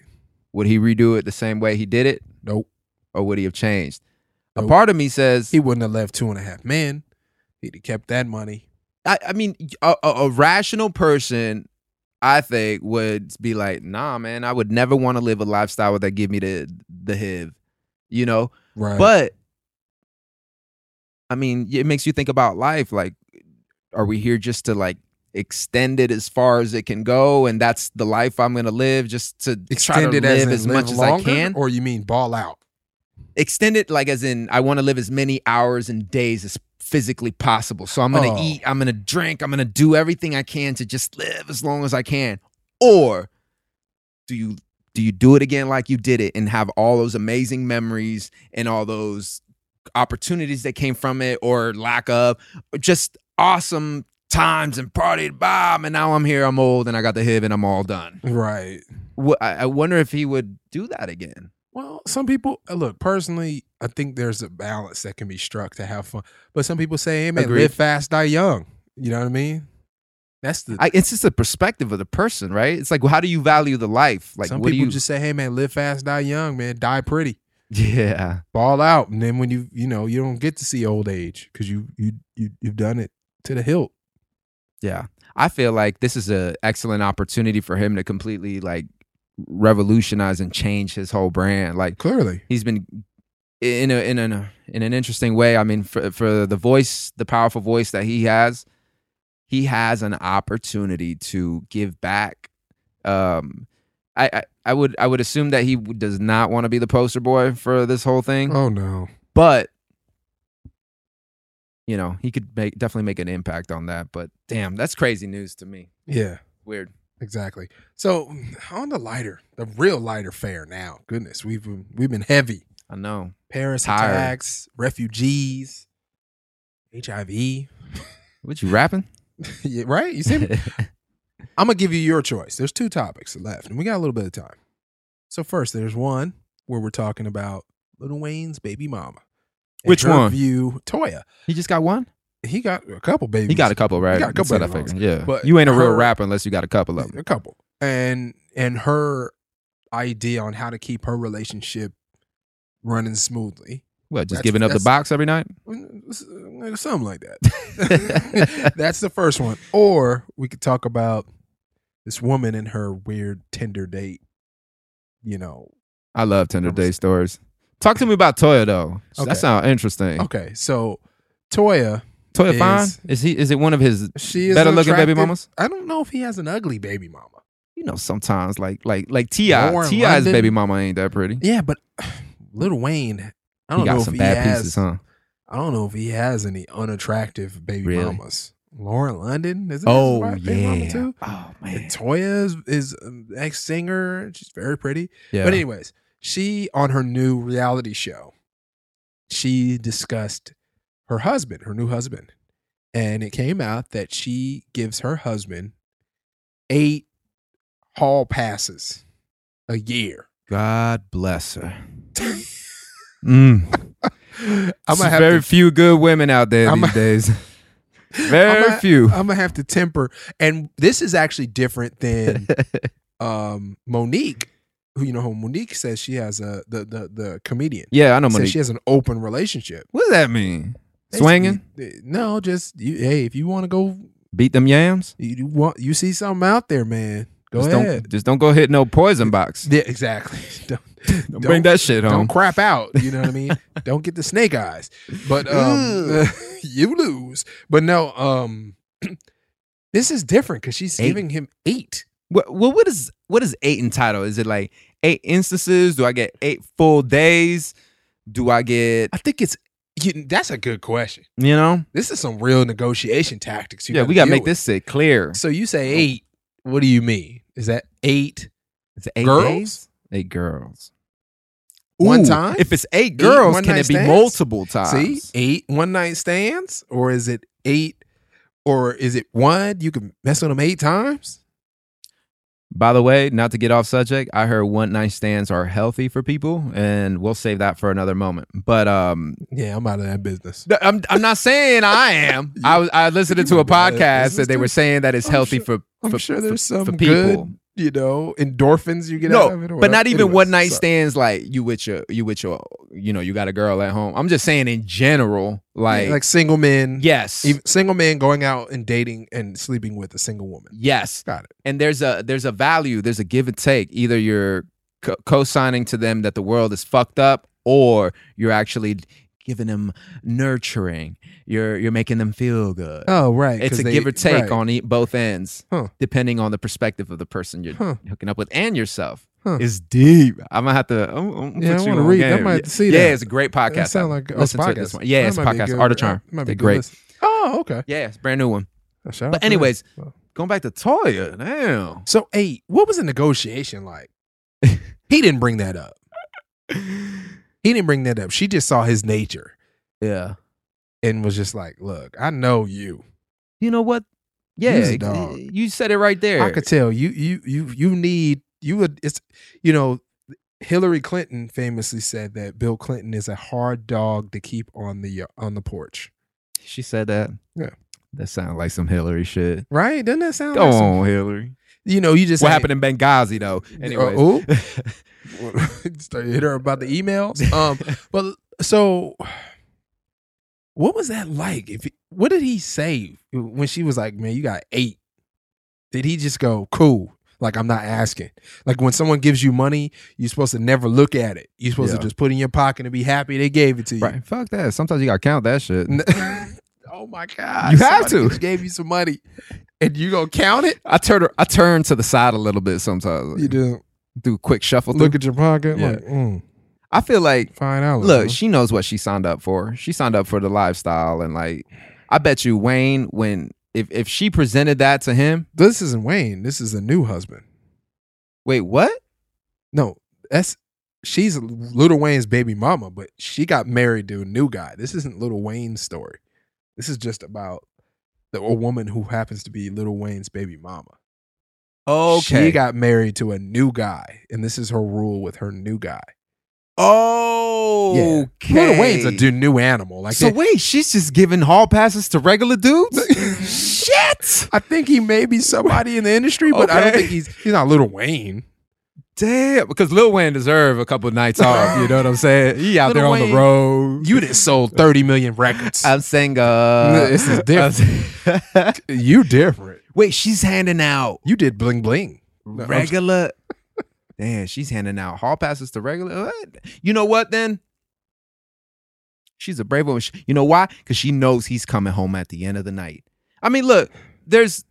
B: would he redo it the same way he did it,
A: Nope.
B: or would he have changed? A
A: Nope.
B: part of me says,
A: He wouldn't have left two and a half men. He'd have kept that money.
B: I, I mean, a, a, a rational person, I think, would be like, nah, man, I would never want to live a lifestyle that give me the the HIV, you know.
A: Right.
B: But I mean, it makes you think about life. Like, are we here just to like extend it as far as it can go, and that's the life I'm gonna live, just to try
A: extend
B: to
A: it as,
B: live
A: in
B: as
A: live
B: much as I
A: longer,
B: can?
A: Or you mean ball out?
B: extend it like as in I want to live as many hours and days as physically possible. So I'm gonna
A: Oh.
B: eat, I'm gonna drink, I'm gonna do everything I can to just live as long as I can. Or do you do you do it again like you did it and have all those amazing memories and all those opportunities that came from it or lack of just awesome times and partied bomb and now I'm here, I'm old and I got the HIV and I'm all done.
A: Right.
B: Wh- I I wonder if he would do that again.
A: Well, some people uh, look personally. I think there's a balance that can be struck to have fun, but some people say, "Hey, man,
B: Agreed.
A: live fast, die young." You know what I mean? That's the.
B: I, it's just the perspective of the person, right? It's like, well, how do you value the life? Like,
A: some
B: what do
A: people
B: you?
A: just say, "Hey, man, live fast, die young, man, die pretty,
B: yeah,
A: ball out," and then when you you know you don't get to see old age because you you you you've done it to the hilt.
B: yeah. I feel like this is an excellent opportunity for him to completely like revolutionize and change his whole brand. Like,
A: Clearly,
B: he's been in a in an in an interesting way. I mean, for for the voice, the powerful voice that he has, he has an opportunity to give back. Um, I. I I would I would assume that he does not want to be the poster boy for this whole thing.
A: oh no,
B: but you know he could make definitely make an impact on that but damn that's crazy news to me
A: yeah.
B: weird
A: Exactly. So on the lighter, the real lighter fare now. Goodness, we've been, we've been heavy.
B: i know
A: Paris
B: Tired.
A: attacks, refugees, HIV.
B: what you rapping
A: Yeah, right? You see, me? I'm gonna give you your choice. There's two topics left, and we got a little bit of time. So first, there's one where we're talking about Little Wayne's baby mama. And
B: Which
A: her
B: one?
A: View Toya.
B: he just got one
A: He got a couple babies.
B: he got a couple right
A: He got a couple
B: That's what I
A: of
B: figured.
A: them.
B: yeah
A: But
B: you ain't a real
A: her-
B: rapper unless you got a couple of them
A: a couple and and her idea on how to keep her relationship running smoothly
B: what
A: That's-
B: just giving up the
A: that's-
B: box every night
A: something like that that's the first one or we could talk about this woman and her weird tinder date you know
B: i love tender
A: Conversation.
B: day stories talk to me about toya though
A: Okay.
B: that sounds interesting
A: okay so toya
B: toya
A: Is-
B: fine Oh, is he is it one of his
A: she is
B: better
A: an
B: looking baby
A: attractive-
B: mamas
A: i don't know if he has an ugly baby mama
B: you know sometimes like like like ti
A: Lauren
B: ti's
A: London.
B: baby mama ain't that pretty
A: yeah but little wayne i
B: he
A: don't
B: got
A: know if
B: some
A: he
B: bad
A: has
B: pieces huh
A: I don't know if he has any unattractive baby
B: Really?
A: mamas. Lauren London is his
B: Oh
A: wife,
B: yeah.
A: baby mama too.
B: Oh
A: And Toya is, is an ex singer. She's very pretty.
B: Yeah.
A: But anyways, she on her new reality show, she discussed her husband, her new husband, and it came out that she gives her husband eight hall passes a year.
B: God bless her. Mm.
A: I'm
B: There's very few good women out there
A: I'm
B: these
A: a-
B: days. Very
A: I'm a-
B: few.
A: I'm gonna have to temper. And this is actually different than um, Monique, who you know who Monique says she has a the the, the comedian
B: Yeah, I know
A: says
B: Monique.
A: she has an open relationship.
B: what does that mean?
A: Basically,
B: Swinging,
A: th- No, just you, hey, if you want to go,
B: beat them yams.
A: you, you want you see something out there, man. Go
B: just
A: ahead.
B: don't just don't go hit no poison box.
A: Yeah, exactly. Don't,
B: Don't bring that shit
A: Don't
B: home.
A: crap out. You know what I mean? don't get the snake eyes. But um, you lose. But no, um, this is different because she's
B: Eight.
A: giving him eight.
B: What, well, what is what is eight entitled? Is it like eight instances? Do I get eight full days? Do I get
A: I think it's you, that's a good question.
B: you know?
A: This is some real negotiation tactics. You
B: yeah, we gotta
A: deal
B: make
A: with.
B: this shit clear.
A: So you say eight. What do you mean? Is that eight
B: It's eight
A: girls?
B: days? Eight girls.
A: one
B: Ooh,
A: time?
B: If it's eight girls,
A: one
B: can
A: night
B: it be
A: stands?
B: multiple times?
A: See, eight one night stands, or is it eight, or is it one? You can mess with them eight times.
B: By the way, not to get off subject, I heard one night stands are healthy for people, and we'll save that for another moment. But um,
A: Yeah, I'm out of that business.
B: th- I'm, I'm not saying I am. I was I listened
A: You
B: to a
A: remember that
B: podcast
A: business,
B: that they were
A: dude.
B: saying that it's
A: I'm
B: healthy
A: sure-
B: for
A: I'm
B: for,
A: sure
B: for-
A: there's some
B: for
A: good,
B: people.
A: you know, endorphins you get out of it. or
B: No, but
A: whatever.
B: not even
A: Anyways,
B: one night
A: sorry.
B: stands like you with your you with your you know you got a girl at home. I'm just saying in general, like,
A: like single men.
B: yes,
A: even- single men going out and dating and sleeping with a single woman.
B: yes,
A: Got it.
B: and there's a there's a value there's a give and take either you're co- co-signing to them that the world is fucked up or you're actually giving them nurturing you're you're making them feel good
A: Oh, right.
B: it's
A: 'cause
B: a
A: they-
B: give or take
A: right.
B: on e- both ends
A: Huh.
B: depending on the perspective of the person you're
A: Huh.
B: hooking up with and yourself
A: Huh.
B: it's deep i'm gonna have to i'm, I'm
A: Yeah, I
B: want
A: wanna
B: to
A: read. I might
B: yeah.
A: see
B: yeah
A: that.
B: it's a great podcast
A: That sound
B: I
A: like oh, it's
B: listened to it
A: podcast.
B: this morning. yeah
A: That
B: it's a
A: might be
B: podcast
A: good-
B: art of charm
A: might be
B: They're
A: good
B: great
A: listen. Oh, okay.
B: yeah it's a brand new one
A: Shout out
B: but
A: to them.
B: anyways
A: Well.
B: going back to toya damn
A: So eight. What was the negotiation like? he didn't bring that up. He didn't bring that up. She just saw his nature
B: yeah
A: and was just like, "Look, I know you.
B: you know what?
A: He's
B: Yeah,
A: a
B: ex- eh,
A: dog.
B: you said it right there.
A: I could tell you. You you you need you would. It's you know." Hillary Clinton famously said that Bill Clinton is a hard dog to keep on the uh, on the porch.
B: she said that.
A: Yeah.
B: that sounds like some Hillary shit.
A: Right? Doesn't that sound?
B: Go
A: like some-
B: on, Hillary.
A: you know, you just
B: What happened in Benghazi though? Anyway,
A: oh. Start hit her about the emails. Um, but so, what was that like? If what did he say when she was like, "Man, you got eight? Did he just go cool? Like I'm not asking. Like when someone gives you money, you're supposed to never look at it. You're supposed
B: Yeah.
A: to just put it in your pocket and be happy they gave it to you.
B: right? Fuck that. Sometimes you gotta count that shit.
A: N- oh my god!
B: You have
A: somebody
B: to.
A: just gave you some money, and you gonna count it?
B: I turn I turn to the side a little bit sometimes.
A: You just
B: do a quick shuffle.
A: look Oh,
B: Look,
A: at your pocket.
B: Yeah.
A: Like, mm,
B: I feel like
A: five dollars.
B: look,
A: huh?
B: she knows what she signed up for. She signed up for the lifestyle, and like, I bet you Wayne when if if she presented that to him,
A: This isn't Wayne. This is a new husband.
B: wait, what?
A: No, that's she's Little Wayne's baby mama, but she got married to a new guy. This isn't Little Wayne's story. This is just about the, a woman who happens to be Little Wayne's baby mama.
B: Okay,
A: She got married to a new guy, and this is her rule with her new guy.
B: Oh, okay.
A: Little Wayne's a du- new animal. Like,
B: so wait, she's just giving hall passes to regular dudes. Shit!
A: I think he may be somebody in the industry, but I don't
B: Okay.
A: think he's he's not Little Wayne.
B: Damn, because Lil Wayne deserve a couple nights off. You know what I'm saying? He out
A: Lil
B: there on
A: Wayne.
B: the road.
A: You done sold thirty million records.
B: I'm saying, uh,
A: This is different. you different.
B: wait, she's handing out
A: You did bling bling. No, I'm-
B: regular. Damn, she's handing out hall passes to regular. What? You know what? Then she's a brave woman. She- You know why? Because she knows he's coming home at the end of the night. I mean, look, there's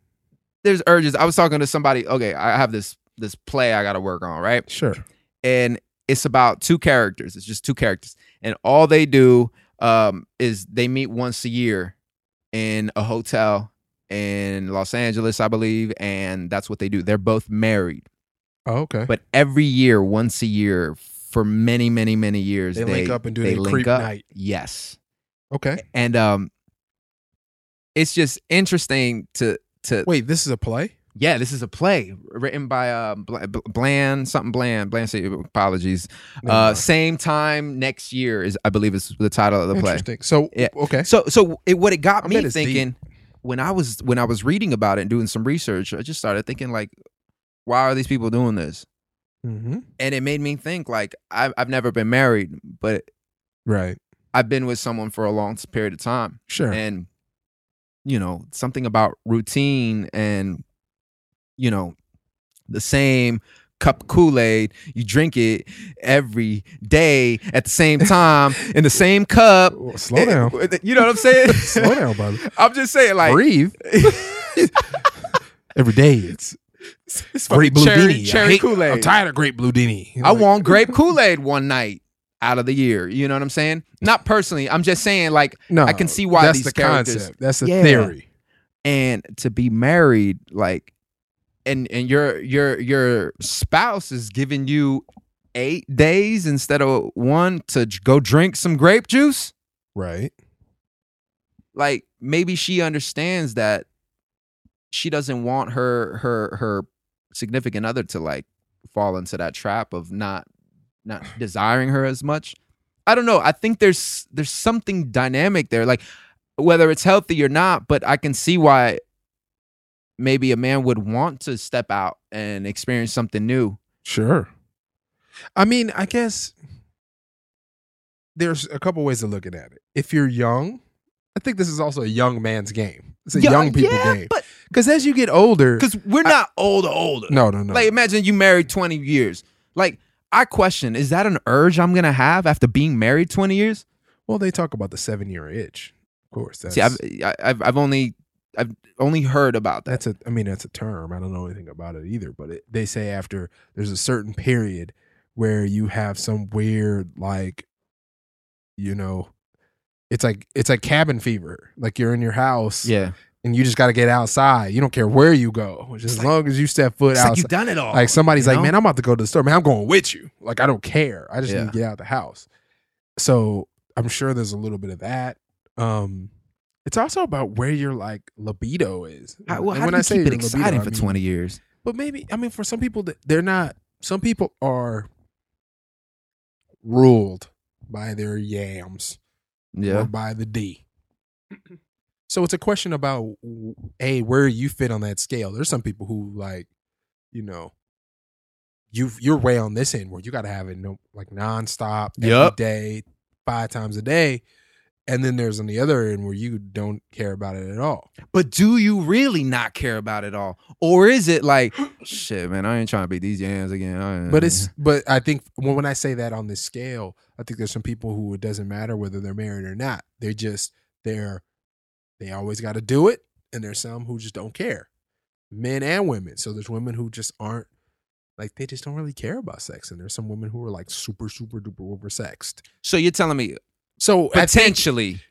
B: there's urges. I was talking to somebody. Okay, I have this this play I got to work on, right?
A: Sure.
B: and it's about two characters. It's just two characters, and all they do um, is they meet once a year in a hotel in Los Angeles, I believe, and that's what they do. They're both married,
A: Oh, okay.
B: but every year, once a year, for many, many, many years,
A: They
B: they,
A: link up and do
B: they
A: their
B: link
A: creep
B: up.
A: night.
B: Yes,
A: Okay.
B: and um, it's just interesting to to
A: Wait, this is a play?
B: yeah, this is a play written by uh, Bl- Bl- Bland, something Bland. Bland, say, apologies.
A: Never
B: Uh,
A: mind.
B: same time next year is, I believe, is the title of the play.
A: Interesting. So,
B: Yeah.
A: okay.
B: So, so it, what it got
A: I bet
B: me
A: it's
B: thinking when I was when I was reading about it and doing some research, I just started thinking like, why are these people doing this?
A: Mm-hmm.
B: and it made me think like I've, I've never been married but
A: Right.
B: i've been with someone for a long s- period of time
A: Sure.
B: and you know something about routine and you know the same cup of kool-aid you drink it every day at the same time in the same cup
A: Well, slow down.
B: you know what i'm saying
A: slow down, brother.
B: i'm just saying like
A: Breathe. Every day it's
B: it's
A: great
B: fucking
A: blue
B: cherry,
A: dini. I
B: cherry
A: hate-
B: kool-aid
A: I'm tired of great blue dini.
B: I
A: Like,
B: want grape Kool Aid one night out of the year. You know what I'm saying? Not personally. I'm just saying, like,
A: No,
B: I can see why
A: that's
B: these
A: the
B: characters-
A: concept. That's the
B: Yeah.
A: theory.
B: and to be married, like, and and your your your spouse is giving you eight days instead of one to j- go drink some grape juice.
A: Right.
B: Like, maybe she understands that she doesn't want her her her significant other to like fall into that trap of not not desiring her as much. I don't know. I think there's there's something dynamic there, like whether it's healthy or not. But I can see why maybe a man would want to step out and experience something new.
A: Sure. I mean, I guess there's a couple ways of looking at it. If you're young, I think this is also a young man's game. It's a
B: Yeah,
A: young people
B: yeah,
A: game.
B: but
A: Because as you get older,
B: because we're
A: I-
B: not older, older.
A: no, no, no.
B: Like imagine you married twenty years. Like I question: Is that an urge I'm gonna have after being married twenty years?
A: well, they talk about the seven year itch. Of course, that's
B: See, I've, I- I've I've only I've only heard about that.
A: that's a. I mean, that's a term. I don't know anything about it either. But it, they say after there's a certain period where you have some weird, like, you know, it's like it's like cabin fever. Like you're in your house,
B: yeah,
A: and you just got to get outside. You don't care where you go, just as long as you step foot
B: it's
A: outside. Like,
B: like you've done it all.
A: somebody's
B: you
A: like,
B: know?
A: man, I'm about to go to the store. Man, I'm going with you. Like I don't care. I just
B: Yeah.
A: need to get out of the house. So I'm sure there's a little bit of that. Um, it's also about where your like libido is.
B: How, well,
A: And
B: how do you keep it
A: your libido,
B: exciting
A: I
B: for
A: mean-
B: 20 years?
A: But maybe I mean for some people that they're not. Some people are ruled by their yams or by the D. So it's a question about a where you fit on that scale. There's some people who like, you know, you you're way on this end where you got to have it no like nonstop every
B: Yup.
A: day, five times a day, and then there's on the other end where you don't care about it at all.
B: But do you really not care about it all? Or is it like, shit, man, I ain't trying to beat these yams again. I ain't-
A: But it's but I think when when I say that on this scale, I think there's some people who it doesn't matter whether they're married or not. They just they're they always got to do it, and there's some who just don't care, men and women. So there's women who just aren't like they just don't really care about sex, and there's some women who are like super super duper over sexed.
B: So you're telling me
A: So I think-
B: potentially,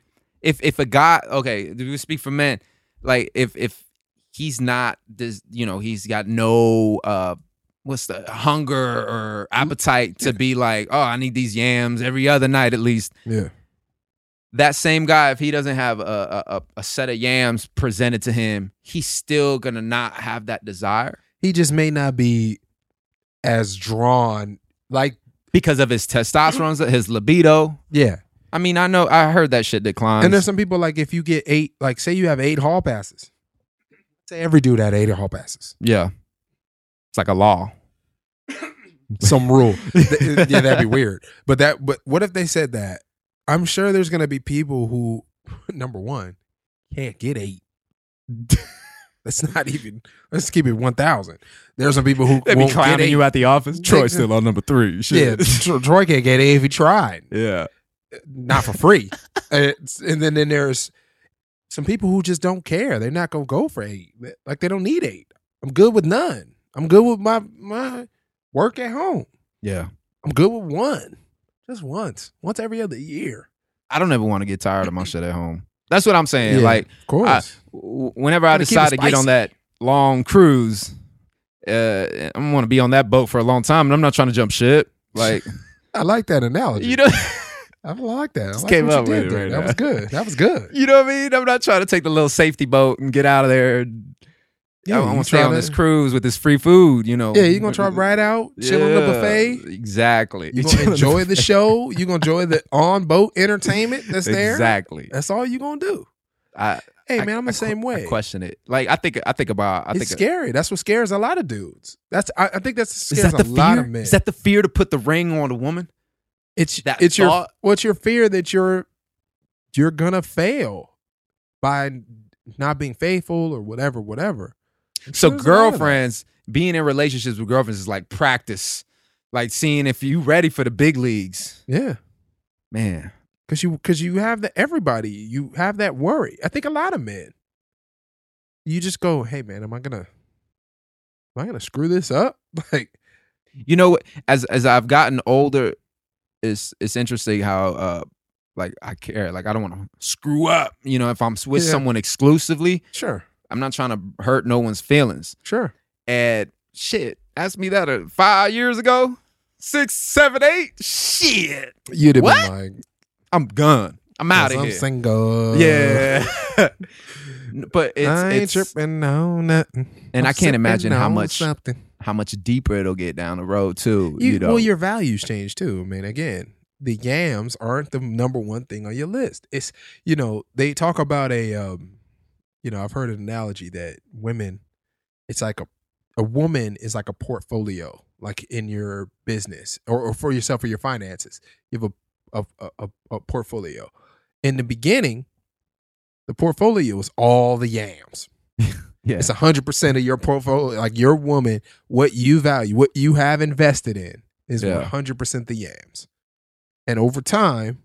B: if if a guy, okay, do you speak for men? Like if if he's not, this, you know, he's got no uh, what's the hunger or appetite to be like, oh, I need these yams every other night at least.
A: yeah,
B: that same guy, if he doesn't have a, a, a- a set of yams presented to him, he's still gonna not have that desire
A: he just may not be as drawn. Like
B: because of his testosterone, his libido.
A: yeah,
B: I mean, I know I heard that shit declines.
A: And there's some people like if you get eight, like say you have eight hall passes. Say every dude had eight hall passes.
B: yeah, it's like a law.
A: Some rule. Th- yeah, that'd be weird. But that but what if they said that? I'm sure there's gonna be people who number one, can't get eight. That's not even let's keep it one thousand. There's some people who won't get eight.
B: at the office.
A: Troy's still
B: on number three.
A: yeah, Tro- Troy can't get eight if he tried.
B: yeah.
A: Not for free. and, it's- and then, then there's some people who just don't care. They're not gonna go for eight. Like they don't need eight. I'm good with none. I'm good with my my work at home.
B: Yeah.
A: I'm good with one. Just once. Once every other year.
B: I don't ever want to get tired of my shit at home. That's what I'm saying.
A: Yeah,
B: Like
A: of course.
B: I- w- whenever I
A: Gotta keep it
B: decide to get on
A: spicy.
B: that long cruise, uh, I'm gonna be on that boat for a long time, and I'm not trying to jump ship. Like
A: I like that analogy.
B: you know,
A: I like that. I
B: Just
A: like
B: came
A: what you
B: up with
A: did
B: it
A: there.
B: right
A: that
B: now.
A: was good. That was good.
B: you know what I mean. I'm not trying to take the little safety boat and get out of there. I want
A: you
B: to stay on
A: tryna-
B: this cruise with this free food. You know.
A: Yeah, you're gonna try to ride out, chill on the
B: Yeah,
A: buffet.
B: Exactly.
A: You're gonna enjoy the show. You're gonna enjoy the on boat entertainment that's there.
B: Exactly.
A: That's all you're gonna do.
B: I,
A: Hey
B: I-
A: man, I'm the
B: I que-
A: same way.
B: I question it. Like I think I think about I
A: it's
B: think
A: scary. That's what scares a lot of dudes. That's I, I think that's
B: is
A: scares
B: that the
A: a lot
B: fear?
A: of men.
B: Is that the fear to put the ring on a woman?
A: it's
B: that
A: it's your
B: thought?
A: what's your fear that you're you're gonna fail by not being faithful or whatever, whatever. I'm
B: So
A: sure there's a lot of that.
B: girlfriends being in relationships with girlfriends is like practice, like seeing if you ready for the big leagues.
A: yeah,
B: Man,
A: because you because you have the everybody you have that worry. I think a lot of men. You just go, hey man, am I gonna am I gonna screw this up? Like
B: you know what? As as I've gotten older, it's it's interesting how uh like I care. Like I don't want to screw up. You know, if I'm with
A: Yeah.
B: someone exclusively,
A: sure,
B: I'm not trying to hurt no one's feelings.
A: sure.
B: And shit, ask me that uh, five years ago, six, seven, eight. Shit,
A: You'd have
B: What?
A: been like,
B: I'm gone. I'm out of
A: I'm
B: here.
A: single.
B: yeah, but it's,
A: I ain't
B: it's
A: tripping on nothing.
B: And I
A: I'm
B: can't imagine
A: sipping
B: how
A: on
B: much-
A: something.
B: how much deeper it'll get down the road too. You,
A: You-
B: know,
A: Well, your values change too. I mean, again, the yams aren't the number one thing on your list. It's you know they talk about a, um, you know, I've heard an analogy that women, it's like a, a woman is like a portfolio, like in your business or, or for yourself or your finances. You have a a, a a a portfolio. In the beginning, the portfolio was all the yams.
B: yeah.
A: It's hundred percent of your portfolio, like your woman, what you value, what you have invested in, is
B: Yeah.
A: one hundred percent the yams. And over time,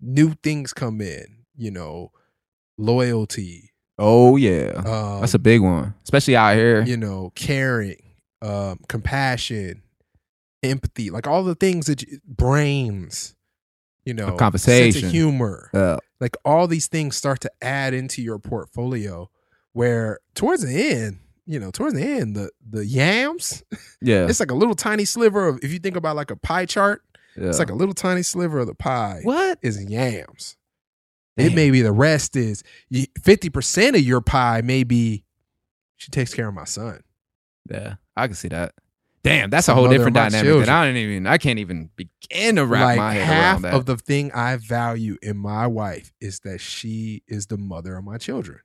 A: new things come in. You know, loyalty.
B: oh yeah,
A: Um,
B: that's a big one, especially out here.
A: you know, caring, um, compassion, empathy, like all the things that you, brains. You know, sense
B: conversation.
A: of humor
B: Uh,
A: like all these things start to add into your portfolio where towards the end you know towards the end the the yams
B: yeah,
A: it's like a little tiny sliver of if you think about like a pie chart it's like a little tiny sliver of the pie
B: what?
A: is yams
B: Damn.
A: it may be the rest is y- 50% of your pie may be she takes care of my son
B: Yeah, I can see that. Damn, that's a
A: The
B: whole
A: mother of
B: different
A: my
B: dynamic
A: children.
B: that I don't even. I can't even begin to wrap
A: like
B: my head
A: half
B: around that.
A: of the thing i value in my wife is that she is the mother of my children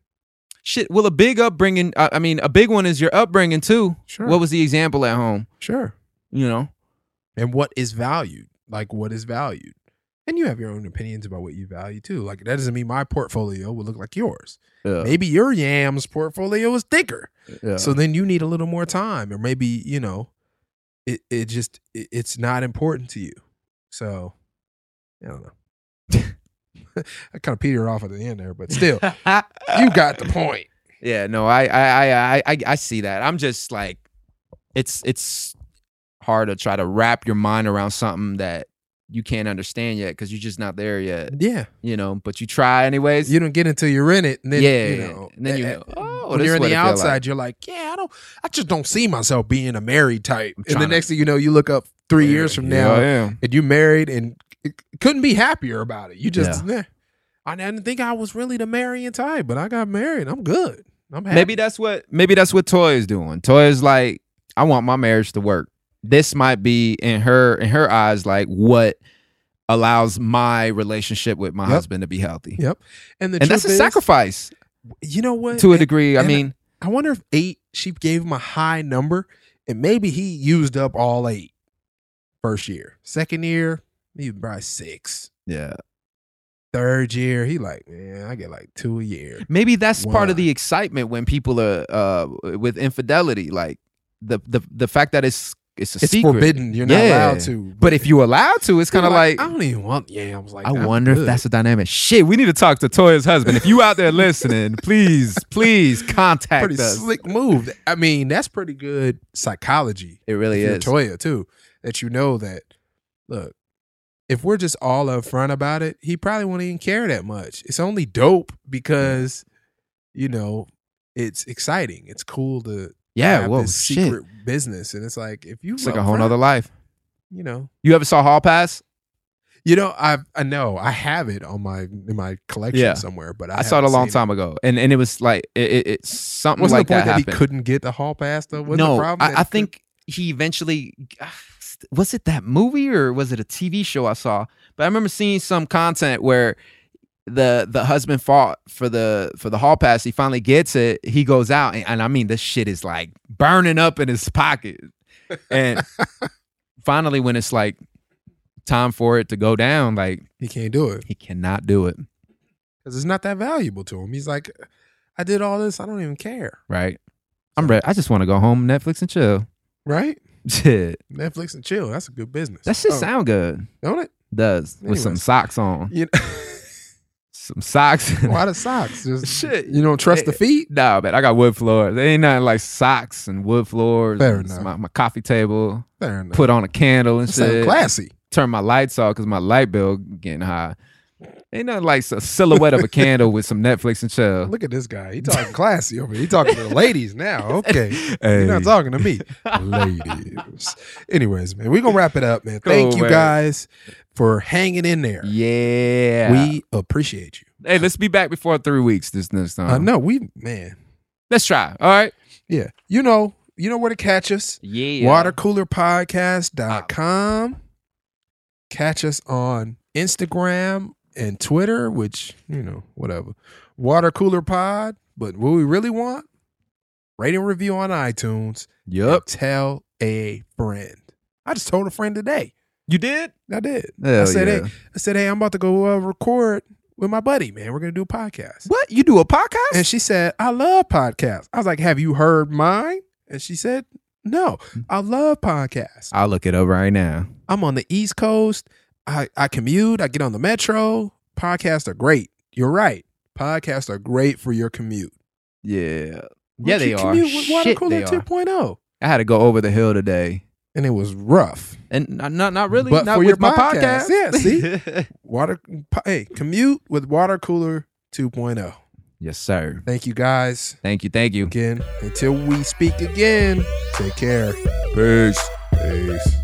B: Shit. Well, a big upbringing. I, I mean, a big one is your upbringing too.
A: sure
B: What was the example at home?
A: sure
B: You know.
A: and what is valued like what is valued and you have your own opinions about what you value too like that doesn't mean my portfolio will look like yours
B: Yeah.
A: maybe your yams portfolio is thicker
B: yeah.
A: so then you need a little more time or maybe you know it, it just it, it's not important to you so i don't know i kind of petered off at the end there but still you got the point
B: Yeah, no, I, I, I, I- I, I see that. I'm just like, it's, it's hard to try to wrap your mind around something that you can't understand yet because you're just not there yet,
A: yeah
B: you know. But you try anyways.
A: you don't get until you're in it and then
B: yeah,
A: you know
B: and then you,
A: eh, eh,
B: oh,
A: when
B: this
A: you're
B: is
A: on the
B: what it feel like.
A: outside, you're like, yeah, I don't, I just don't see myself being a married type. And the
B: tryna-
A: next thing you know, you look up three
B: Yeah,
A: years from
B: yeah,
A: now
B: I am.
A: and you married and c- couldn't be happier about it. You just, "Nah, I didn't think I was really the marrying type, but I got married. I'm good. I'm happy.
B: Maybe that's what maybe that's what Toy is doing. Toy is like, I want my marriage to work. This might be in her in her eyes like what allows my relationship with my
A: Yep.
B: husband to be healthy,
A: Yep. And the truth
B: and that's a
A: is,
B: sacrifice.
A: You know what?
B: to a
A: And
B: degree. I
A: and-
B: mean,
A: I wonder if eight, she gave him a high number and maybe he used up all eight first year. Second year, he probably six.
B: yeah.
A: Third year, he like, man, I get like two a year.
B: Maybe that's part of
A: Why?
B: the excitement when people are uh, with infidelity, like the the the fact that it's it's a
A: it's
B: secret.
A: forbidden. You're not
B: Yeah.
A: allowed to.
B: But if you allow to, it's kind of like.
A: I don't even want yams. Like
B: I
A: I'm
B: wonder if
A: good.
B: that's a dynamic. Shit, we need to talk to Toya's husband. If you out there listening, please, please contact
A: pretty
B: us.
A: slick move. I mean, that's pretty good psychology.
B: It really
A: for
B: is.
A: Toya too, that you know that. Look, if we're just all upfront about it, he probably won't even care that much. It's only dope because, you know, it's exciting. It's cool to
B: yeah,
A: have
B: whoa,
A: this
B: shit.
A: secret business, and it's like if you
B: It's like a whole
A: upfront,
B: nother life.
A: you know,
B: You ever saw Hall Pass?
A: You know, I I know I have it on my in my collection
B: Yeah.
A: somewhere, but I,
B: I, saw it a
A: haven't
B: long
A: seen
B: time ago, and and it was like it, it, it's something
A: Wasn't
B: like
A: the point that,
B: that,
A: he
B: happened.
A: couldn't get the hall pass though? Wasn't
B: no,
A: the problem
B: I,
A: that
B: I
A: he couldn't-
B: think he eventually was it that movie or was it a TV show I saw? But I remember seeing some content where the the husband fought for the for the hall pass. He finally gets it. He goes out, and, and I mean, this shit is like burning up in his pocket. And finally, when it's like time for it to go down, like
A: He can't do it
B: he cannot do it.
A: because it's not that valuable to him. He's like, I did all this. I don't even care.
B: Right? I'm ready. I just want to go home, Netflix, and chill.
A: Right?
B: Shit,
A: Netflix and chill. That's a good business.
B: that shit
A: Oh,
B: sound good.
A: don't it?
B: Does with some
A: Anyways.
B: socks on,
A: You know,
B: some socks.
A: a lot Oh, of socks. Just
B: Shit. Eh,
A: You don't trust the feet.
B: Nah, man, I got wood floors. There ain't nothing like socks and wood floors.
A: Fair
B: It's
A: enough.
B: My, my coffee table,
A: Fair enough.
B: put on a candle and
A: That sound
B: shit.
A: classy.
B: Turn my lights off because my light bill getting high. Ain't nothing like a silhouette of a candle with some Netflix and chill.
A: Look at this guy. He talking classy over here. He talking to the ladies now. Okay.
B: Hey.
A: You're not talking to me. Ladies. Anyways, man, we're gonna wrap it up, man. Thank
B: Cool,
A: you
B: man.
A: guys for hanging in there.
B: Yeah.
A: We appreciate you.
B: hey, let's be back before three weeks this next time.
A: I know we man.
B: Let's try. All right.
A: Yeah. You know, you know where to catch us.
B: Yeah.
A: watercoolerpodcast.com. Catch us on Instagram and Twitter, which, you know, whatever. Water Cooler Pod. But what we really want, rate and review on iTunes. and
B: Yup.
A: Tell a friend. I just told a friend today.
B: You did?
A: I did. I
B: Hell
A: said,
B: yeah.
A: hey, I said, hey, I'm about to go uh, record with my buddy, man. We're going to do a podcast.
B: What? You do a podcast?
A: And she said, I love podcasts. I was like, have you heard mine? And she said, no,
B: Hmm.
A: I love podcasts.
B: I'll look it up right now.
A: I'm on the East Coast. I, I commute. I get on the metro. Podcasts are great. You're right. Podcasts are great for your commute.
B: Yeah. Yeah,
A: Would
B: they
A: you
B: are.
A: Commute with water
B: Shit,
A: cooler
B: they are.
A: 2.0,
B: I had to go over the hill today.
A: and it was rough.
B: And not not, not really
A: But
B: not
A: for
B: with
A: your
B: my
A: podcast.
B: podcast.
A: Yeah, Water. po- Hey, commute with water cooler 2.0.
B: yes, sir.
A: Thank you guys
B: Thank you, thank you.
A: again. Until we speak again, take care. Peace. Peace.